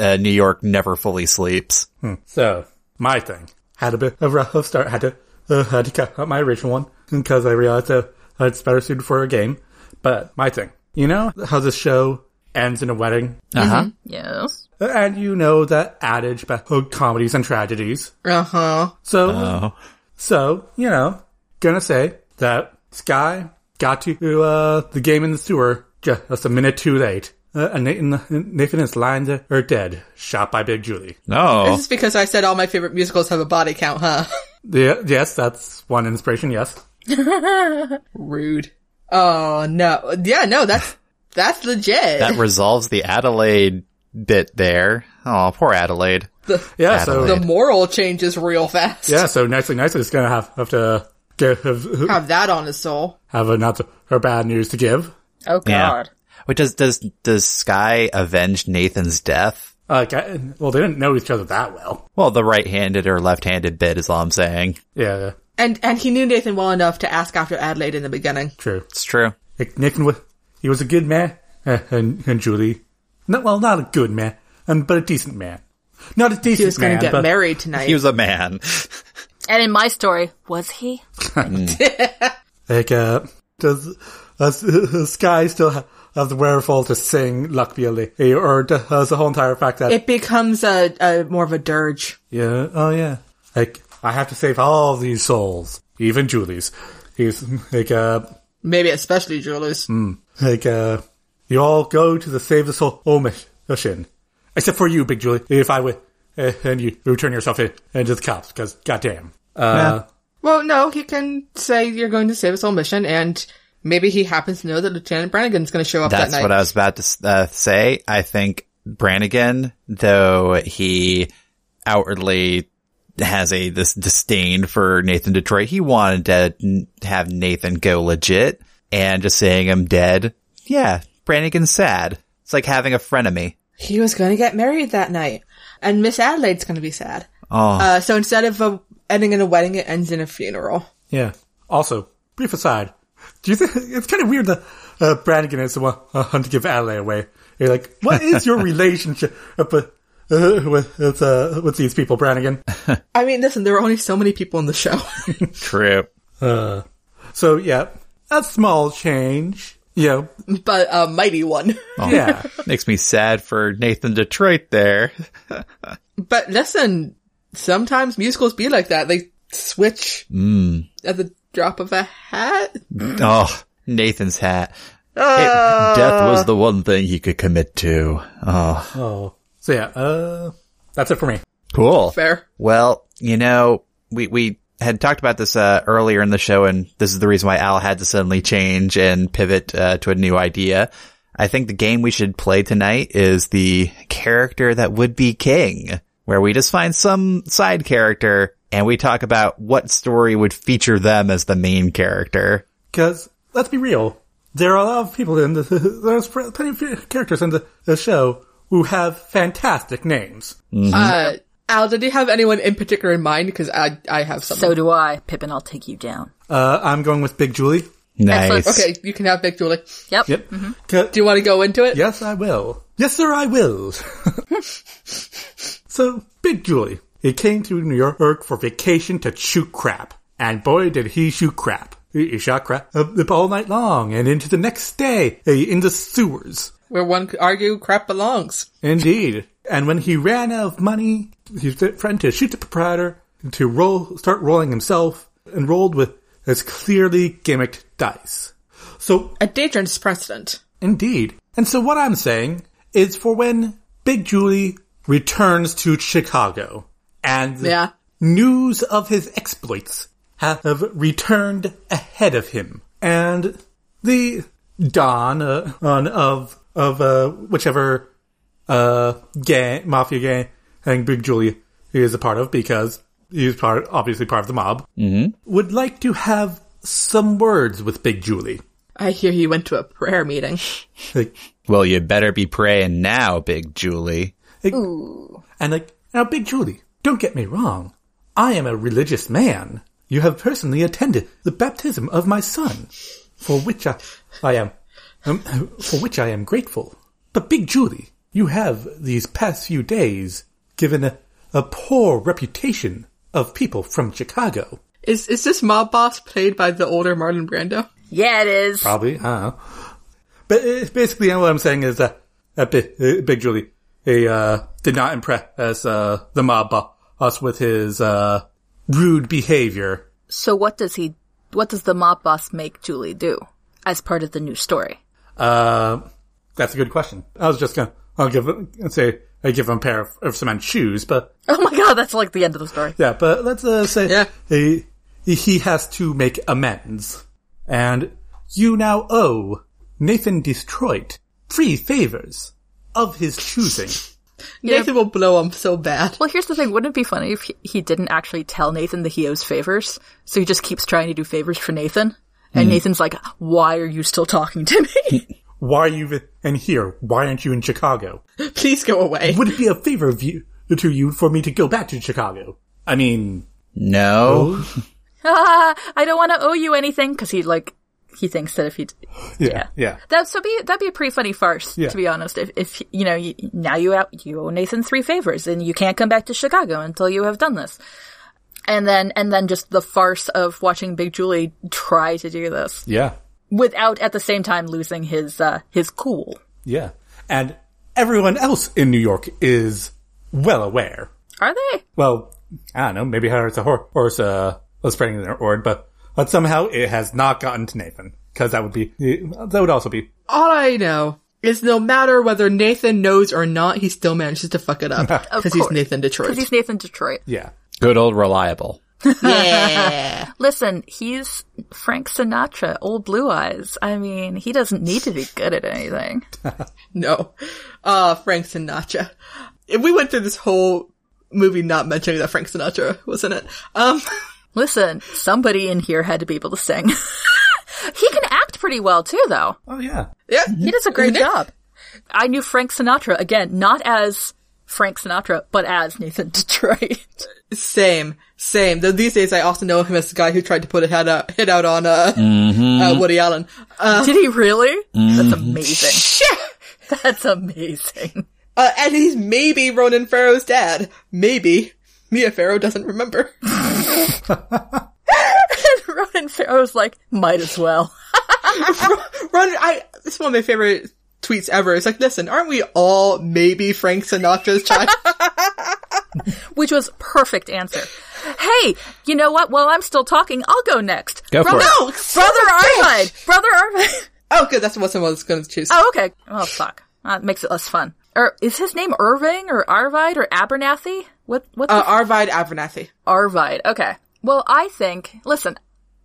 B: uh, New York never fully sleeps.
D: So my thing had a bit of a rough start. Had to uh, had to cut out my original one because I realized that it's better suited for a game. But my thing, you know how this show ends in a wedding,
B: Uh huh.
A: Yes.
D: and you know that adage about hood comedies and tragedies.
C: uh huh.
D: So, so you know, gonna say that Sky got to uh, the game in the sewer just a minute too late. Uh, and Nathan, Nathan is lying there or dead, shot by Big Julie.
B: No,
C: This is because I said all my favorite musicals have a body count, huh?
D: Yeah, yes, that's one inspiration. Yes.
C: Rude. Oh no. Yeah, no, that's that's legit.
B: that resolves the Adelaide bit there. Oh, poor Adelaide.
D: Yeah. So
B: Adelaide.
C: the moral changes real fast.
D: yeah. So nicely, nicely, is gonna have have to give,
C: Have that on his soul.
D: have a not so or bad news to give.
A: Oh
B: Yeah.
A: God.
B: Wait, does does does Sky avenge Nathan's death?
D: Uh, guy- well, they didn't know each other that well.
B: Well, the right-handed or left-handed bit is all I'm saying.
D: Yeah.
C: And and he knew Nathan well enough to ask after Adelaide in the beginning.
D: True.
B: It's true.
D: Nick- Nathan was he was a good man, eh, and, and Julie, no, well, not a good man, um, but a decent man. Not a decent
C: He was going
D: man,
C: to get
D: but-
C: married tonight.
B: He was a man.
A: And in my story, was he?
D: Like, uh, does does Sky still ha- have the wherewithal to sing "Luck Be a Lady," or does the whole entire fact that
C: it becomes a, a more of a dirge.
D: yeah, oh yeah, like I have to save all these souls, even Julie's. He's like, uh,
C: Maybe especially jewelers.
B: Hmm.
D: Like, uh, you all go to the Save the Soul mission. Except for you, Big Julie. If I would, eh, and you, you turn yourself in, into the cops, because goddamn. Uh,
C: Well, no, he can say you're going to save us all mission, and maybe he happens to know that Lieutenant Brannigan's going to show up
B: That's
C: that night.
B: what I was about to uh, say. I think Brannigan, though he outwardly has a this disdain for Nathan Detroit, he wanted to n- have Nathan go legit, and just seeing him dead, yeah, Brannigan's sad. It's like having a frenemy.
C: he was going to get married that night, and Miss Adelaide's going to be sad.
B: Oh,
C: Uh, so instead of a, ending in a wedding, it ends in a funeral.
D: yeah. Also, brief aside. Do you think, it's kind of weird that, uh, Brannigan is the one uh, to give Adelaide away. You're like, what is your relationship with, uh, with, with, uh, with these people, Brannigan?
C: I mean, listen, there were only so many people in the show.
B: true.
D: Uh, so yeah, a small change. You know,
C: but a mighty one.
B: Oh.
D: yeah.
B: Makes me sad for Nathan Detroit there.
C: but listen, sometimes musicals be like that. They switch
B: Hmm.
C: at the drop of a hat.
B: Oh, Nathan's hat. It- death
C: Ah.
B: was the one thing he could commit to. Oh,
D: Oh, so yeah. Uh, that's it for me.
B: cool.
C: Fair.
B: Well, you know, we, we had talked about this uh, earlier in the show, and this is the reason why Al had to suddenly change and pivot uh, to a new idea. I think the game we should play tonight is the character that would be king, where we just find some side character and we talk about what story would feature them as the main character.
D: Because let's be real, there are a lot of people in the there's plenty of characters in the, the show who have fantastic names.
B: Mm-hmm.
C: Uh, Al, did you have anyone in particular in mind? Because I, I have some.
A: So do I. Pippin, I'll take you down.
D: Uh, I'm going with Big Julie. Mm-hmm.
B: Nice.
A: Excellent.
C: okay, you can have Big Julie.
A: Yep.
D: Yep. 'Cause-
C: Do you want to go into it?
D: Yes, I will. Yes, sir, I will. so, Big Julie, he came to New York for vacation to shoot crap. And boy, did he shoot crap. He he shot crap up all night long and into the next day eh, in the sewers.
C: Where one could argue crap belongs.
D: Indeed. And when he ran out of money, he threatened to shoot the proprietor, to roll, start rolling himself, and rolled with his clearly gimmicked dice. So
C: A dangerous precedent.
D: Indeed. And so what I'm saying is for when Big Julie returns to Chicago and the
C: Yeah.
D: news of his exploits have returned ahead of him. And the Don uh, on of of uh, whichever uh, gang mafia gang and Big Julie is a part of because he's part obviously part of the mob would like to have some words with Big Julie.
C: I hear he went to a prayer meeting.
D: Like,
B: Well, you better be praying now, Big Julie.
D: And like, now Big Julie, don't get me wrong. I am a religious man. You have personally attended the baptism of my son, for which I, I am, um, for which I am grateful. But Big Julie, you have these past few days given a, a poor reputation of people from Chicago.
C: Is is this mob boss played by the older Marlon Brando?
A: Yeah, it is.
D: Probably, I don't know. But uh, basically, what I'm saying is that, that Big, uh, Big Julie he, uh, did not impress uh, the mob boss with his uh, rude behavior.
A: So what does he, what does the mob boss make Julie do as part of the new story?
D: Uh, that's a good question. I was just gonna, I'll give, let's say, I give him a pair of, of cement shoes, but
A: Oh my god, that's like the end of the story.
D: yeah, but let's uh, say
C: Yeah.
D: he he has to make amends, and you now owe Nathan Detroit three favors of his choosing.
C: Nathan will blow him so bad.
A: Well, here's the thing. Wouldn't it be funny if he- he didn't actually tell Nathan that he owes favors? So he just keeps trying to do favors for Nathan. And Nathan's like, why are you still talking to me?
D: Why are you in here? Why aren't you in Chicago?
C: Please go away.
D: Would it be a favor of you, to you for me to go back to Chicago? I mean,
B: No.
A: ah, I don't want to owe you anything. Cause he like, he thinks that if he,
D: yeah, yeah.
A: That so be that'd be a pretty funny farce,
D: Yeah.
A: to be honest. If, if you know you, now you out you owe Nathan three favors, and you can't come back to Chicago until you have done this, and then and then just the farce of watching Big Julie try to do this
D: Yeah.
A: without at the same time losing his uh, his cool.
D: Yeah. And everyone else in New York is well aware.
A: Are they?
D: Well, I don't know, maybe it's a hor- horse, uh, was spreading their word, but, but somehow it has not gotten to Nathan. because that would be that would also be
C: All I know is no matter whether Nathan knows or not, he still manages to fuck it up because he's
A: course.
C: Nathan Detroit.
A: Because he's Nathan Detroit.
D: yeah.
B: Good old reliable.
E: Yeah.
A: Listen, he's Frank Sinatra, old blue eyes. I mean, he doesn't need to be good at anything.
C: No, uh, Frank Sinatra. If we went through this whole movie not mentioning that Frank Sinatra was in it, um,
A: Listen, somebody in here had to be able to sing. he can act pretty well too, though.
D: Oh yeah.
C: yeah,
A: He does a great job. I knew Frank Sinatra again, not as Frank Sinatra, but as Nathan Detroit.
C: Same, same. Though these days, I also know him as the guy who tried to put a head out, hit out on uh, uh, Woody Allen. Uh,
A: Did he really? That's amazing. That's amazing.
C: uh, and he's maybe Ronan Farrow's dad. Maybe Mia Farrow doesn't remember.
A: And Ronan Farrow's like, might as well.
C: Ronan, I this is one of my favorite tweets ever. It's like, listen, aren't we all maybe Frank Sinatra's child?
A: Which was perfect answer. Hey, you know what? While I'm still talking, I'll go next.
B: Go for
A: brother,
B: it.
A: Brother Armide! Brother Armide!
C: oh, good, that's what someone was going to choose.
A: Oh, okay. Oh, fuck. That makes it less fun. Or is his name Irving or Arvide or Abernathy? What? What?
C: Uh, Arvide Abernathy.
A: Arvide. Okay. Well, I think. Listen,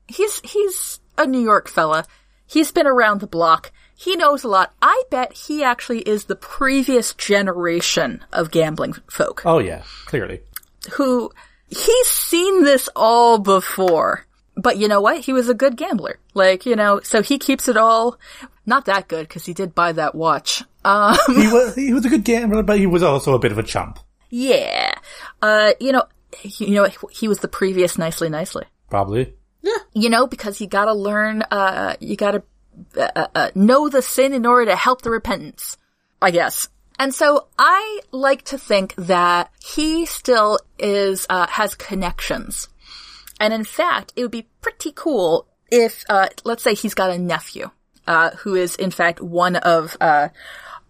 A: he's he's a New York fella. He's been around the block. He knows a lot. I bet he actually is the previous generation of gambling folk
D: Oh yeah. Clearly.
A: who he's seen this all before. But you know what? He was a good gambler. Like, you know, so he keeps it all not that good because he did buy that watch. Um,
D: He was he was a good gambler, but he was also a bit of a chump.
A: Yeah. Uh, you know, you know, he was the previous nicely nicely.
D: Probably.
A: You know, because you gotta learn, uh, you gotta, uh, uh, know the sin in order to help the repentance. I guess. And so I like to think that he still is, uh, has connections. And in fact, it would be pretty cool if, uh, let's say he's got a nephew, uh, who is in fact one of, uh,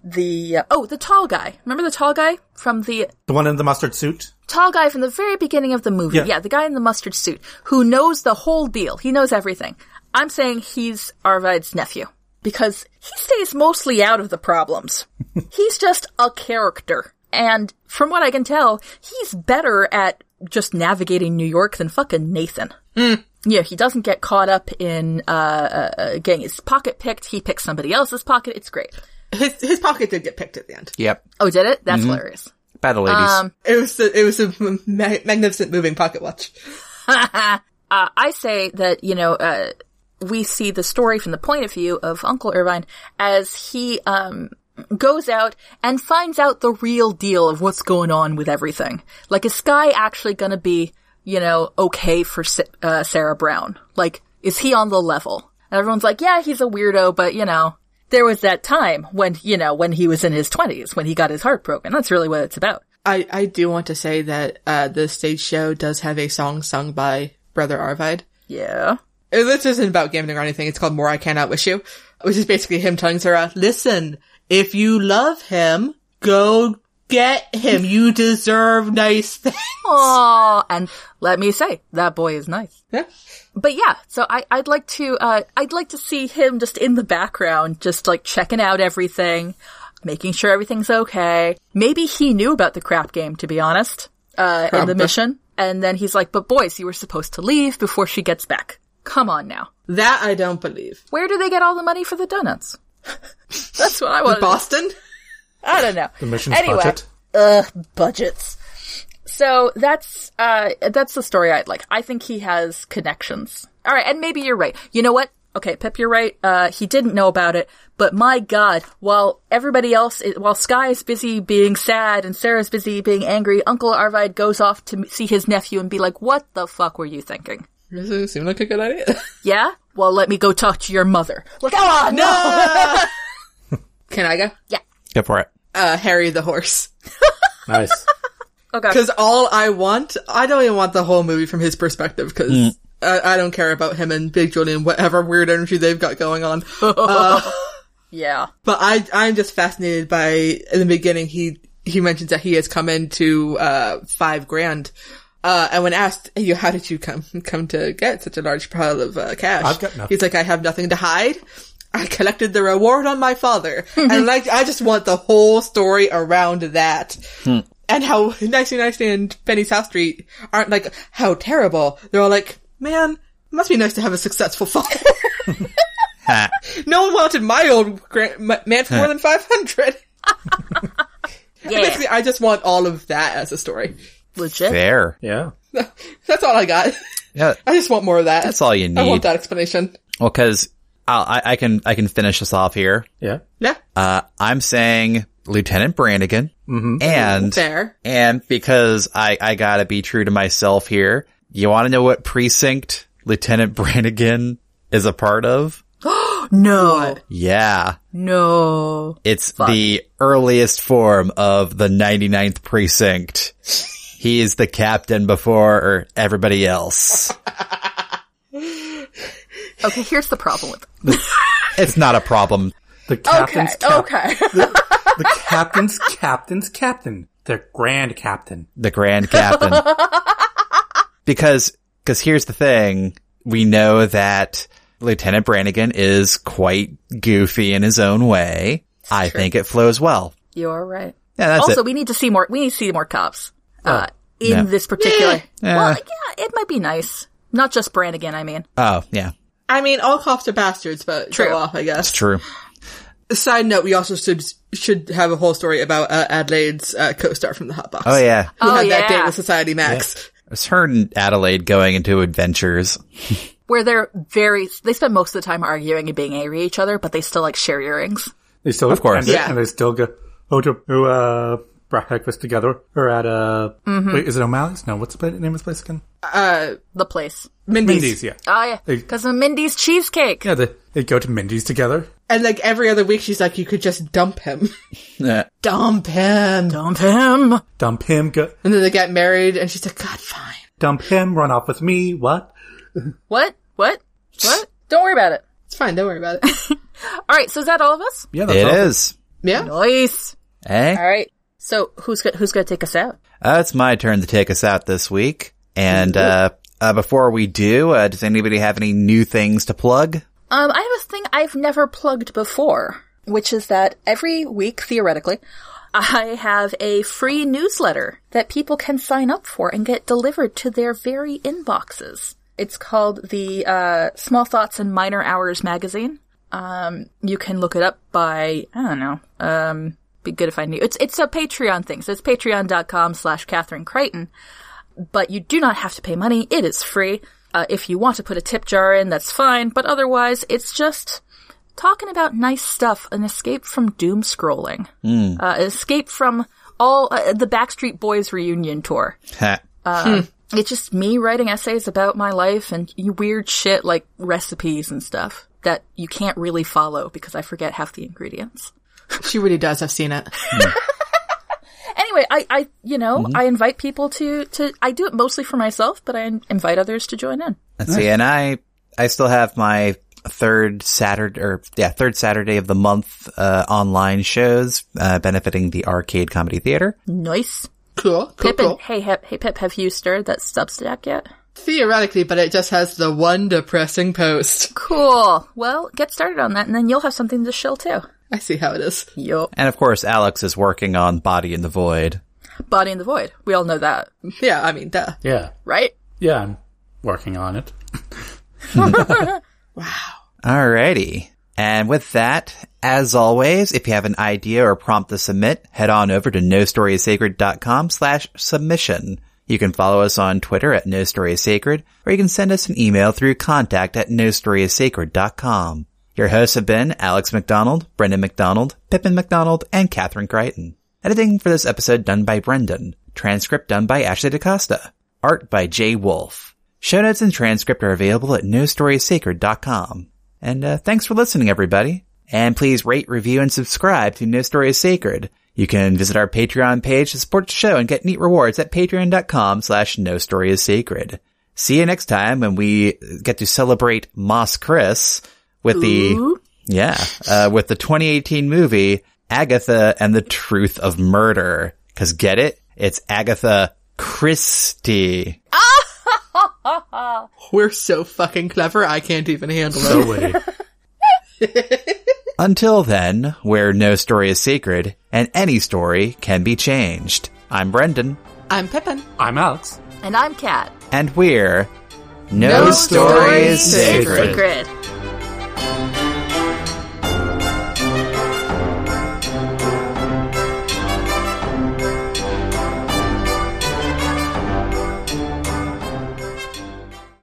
A: the, oh, the tall guy. Remember the tall guy from the
D: The one in the mustard suit.
A: tall guy from the very beginning of the movie.
D: Yeah.
A: Yeah. the guy in the mustard suit who knows the whole deal. He knows everything. I'm saying he's Arvide's nephew because he stays mostly out of the problems. he's just a character. And from what I can tell, he's better at just navigating New York than fucking Nathan. Yeah, he doesn't get caught up in uh, uh, uh, getting his pocket picked. He picks somebody else's pocket. It's great.
C: His his pocket did get picked at the end.
B: Yep.
A: Oh, did it? That's hilarious.
B: By the ladies.
C: It was the, it was a ma- magnificent moving pocket watch.
A: uh, I say that, you know, uh, we see the story from the point of view of Uncle Irvine as he, um, goes out and finds out the real deal of what's going on with everything. Like, is Sky actually gonna be, you know, okay for Sa- uh, Sarah Brown? Like, is he on the level? And everyone's like, yeah, he's a weirdo, but you know, there was that time when, you know, when he was in his twenties, when he got his heart broken. That's really what it's about.
C: I I do want to say that uh the stage show does have a song sung by Brother Arvide.
A: Yeah.
C: Uh, This isn't about gambling or anything. It's called "More I Can't Outwish You," which is basically him telling Sarah, "Listen, if you love him, go get him. You deserve nice things."
A: Aww. And let me say, that boy is nice.
C: Yeah.
A: but yeah, so I, I'd like to, uh, I'd like to see him just in the background, just like checking out everything, making sure everything's okay. Maybe he knew about the crap game, to be honest, uh, in the mission. And then he's like, but boys, you were supposed to leave before she gets back. Come on now.
C: That I don't believe.
A: Where do they get all the money for the donuts? That's what I want.
C: Boston.
A: I don't know.
D: The mission's
A: anyway,
D: budget.
A: Ugh, budgets. So that's uh that's the story I'd like. I think he has connections. All right, and maybe you're right. You know what? Okay, Pip, you're right. Uh, he didn't know about it, but my God, while everybody else, is, while Sky is busy being sad and Sarah's busy being angry, Uncle Arvide goes off to m- see his nephew and be like, "What the fuck were you thinking?"
C: Doesn't seem like a good idea.
A: Yeah. Well, let me go talk to your mother. Like, oh no.
C: Can I go?
A: Yeah.
B: Go for it.
C: Uh, Harry the horse.
D: Nice.
A: Oh God.
C: Because all I want, I don't even want the whole movie from his perspective. Because I, I don't care about him and Big Julian, whatever weird energy they've got going on.
A: Yeah.
C: But I, I'm just fascinated by in the beginning. He he mentions that he has come into uh, five grand. Uh, and when asked, you know, how did you come come to get such a large pile of uh, cash?
D: I've got nothing.
C: He's like, I have nothing to hide. I collected the reward on my father, and like, I just want the whole story around that. And how 1990 and Penny South Street aren't like how terrible. They're all like, man, it must be nice to have a successful father.
B: Ha.
C: no one wanted my old grand- ma- man for more than five hundred.
A: Yeah.
C: Basically, I just want all of that as a story.
A: Legit.
B: Fair.
D: Yeah.
C: That's all I got.
B: Yeah.
C: I just want more of that.
B: That's all you
C: I
B: need.
C: want that explanation.
B: Well, cause I'll, I, I can, I can finish this off here.
D: Yeah.
C: Yeah,
B: Uh, I'm saying Lieutenant Brannigan and,
C: fair.
B: and because I, I gotta be true to myself here. You want to know what precinct Lieutenant Brannigan is a part of?
A: No.
B: Yeah.
A: No.
B: It's the earliest form of the 99th precinct. he is the captain before everybody else.
A: Okay, here's the problem with
B: it's not a problem.
D: The captain's cap-
A: okay.
D: the, the captain's captain's captain. The grand captain.
B: The grand captain. because, because here's the thing. We know that Lieutenant Brannigan is quite goofy in his own way. I think it flows well.
A: You're right.
B: Yeah, that's
A: also,
B: it.
A: we need to see more. We need to see more cops uh, in this particular. Well, yeah, it might be nice. Not just Brannigan. I mean,
B: Oh, yeah.
C: I mean, all cops are bastards, but
A: True.
C: go off, I guess.
B: True.
C: Side note: We also should should have a whole story about uh, Adelaide's uh, co-star from the Hot Box.
B: Oh, yeah.
C: who
A: Oh,
C: had
A: yeah.
C: that date with Society Max.
B: It was her and Adelaide going into adventures.
A: where they're very, they spend most of the time arguing and being angry at each other, but they still like share earrings.
D: They still
B: Of course.
D: and they,
C: Yeah.
D: and they still go oh to who uh breakfast together or at uh wait, is it O'Malley's? No, what's the pla- name of the place again?
A: The place.
C: Mindy's.
D: Mindy's, yeah.
A: Oh yeah, because of Mindy's cheesecake.
D: Yeah, they, they go to Mindy's together.
C: And like every other week, she's like, "You could just dump him,
B: Yeah.
C: dump him."
A: Dump him.
D: Dump him, go
C: And then they get married, and she's like, "God, fine."
D: dump him, run off with me, what?
A: What? What? What? Don't worry about it.
C: It's fine. Don't worry about it.
A: All right. So is that all of us?
D: Yeah, that's
B: It
D: all.
B: is.
C: yeah.
A: Nice.
B: Eh?
A: All right. So who's go- who's gonna take us out?
B: Uh, it's my turn to take us out this week. And, uh, uh, before we do, uh, does anybody have any new things to plug?
A: Um, I have a thing I've never plugged before, which is that every week, theoretically, I have a free newsletter that people can sign up for and get delivered to their very inboxes. It's called the uh, Small Thoughts and Minor Hours magazine. Um, you can look it up by I don't know. Um, be good if I knew. It's it's a Patreon thing, so it's patreon.com slash Catherine Crichton but you do not have to pay money. It is free. Uh, if you want to put a tip jar in, that's fine. But otherwise, it's just talking about nice stuff, an escape from doom scrolling, uh, an escape from all uh, the Backstreet Boys reunion tour.
B: Ha.
A: It's just me writing essays about my life and weird shit like recipes and stuff that you can't really follow because I forget half the ingredients.
C: She really does. I've seen it.
A: anyway, I, I you know, I invite people to, to, I do it mostly for myself, but I in- invite others to join in.
B: Let's see. And I, I still have my third Saturday or yeah, third Saturday of the month, uh, online shows, uh, benefiting the arcade comedy theater.
A: Nice.
C: Cool. Cool.
A: Pip and
C: cool.
A: hey, Hep, hey Pip, have you stirred that Substack yet?
C: Theoretically, but it just has the one depressing post.
A: Cool. Well, get started on that, and then you'll have something to shill too.
C: I see how it is.
A: Yup.
B: And of course, Alex is working on Body in the Void.
A: Body in the void. We all know that,
C: Yeah. I mean, duh.
D: Yeah.
A: right?
D: Yeah, I'm working on it.
B: Alrighty. And with that, as always, if you have an idea or prompt to submit, head on over to nostoriasacred.com slash submission. You can follow us on Twitter at nostoriasacred, or you can send us an email through contact at nostoriasacred.com. Your hosts have been Alex McDonald, Brendan McDonald, Pippin McDonald, and Catherine Crichton. Editing for this episode done by Brendan. Transcript done by Ashley DaCosta. Art by Jay Wolf. Show notes and transcript are available at nostoriasacred.com. And uh, thanks for listening, everybody. And please rate, review, and subscribe to No Story is Sacred. You can visit our Patreon page to support the show and get neat rewards at patreon.com slash no story is sacred. See you next time when we get to celebrate Moss Chris with the, yeah, uh, with the 2018 movie Agatha and the Truth of Murder. Cause get it? It's Agatha Christie.
C: We're so fucking clever, I can't even handle it.
D: So witty.
B: Until then, where no story is sacred and any story can be changed. I'm Brendan,
C: I'm Pippin.
D: I'm Alex.
A: And I'm Kat.
B: and we're
A: No
B: No,
A: Story
B: Story is
A: is
B: Sacred.
D: Sacred.
A: Secret.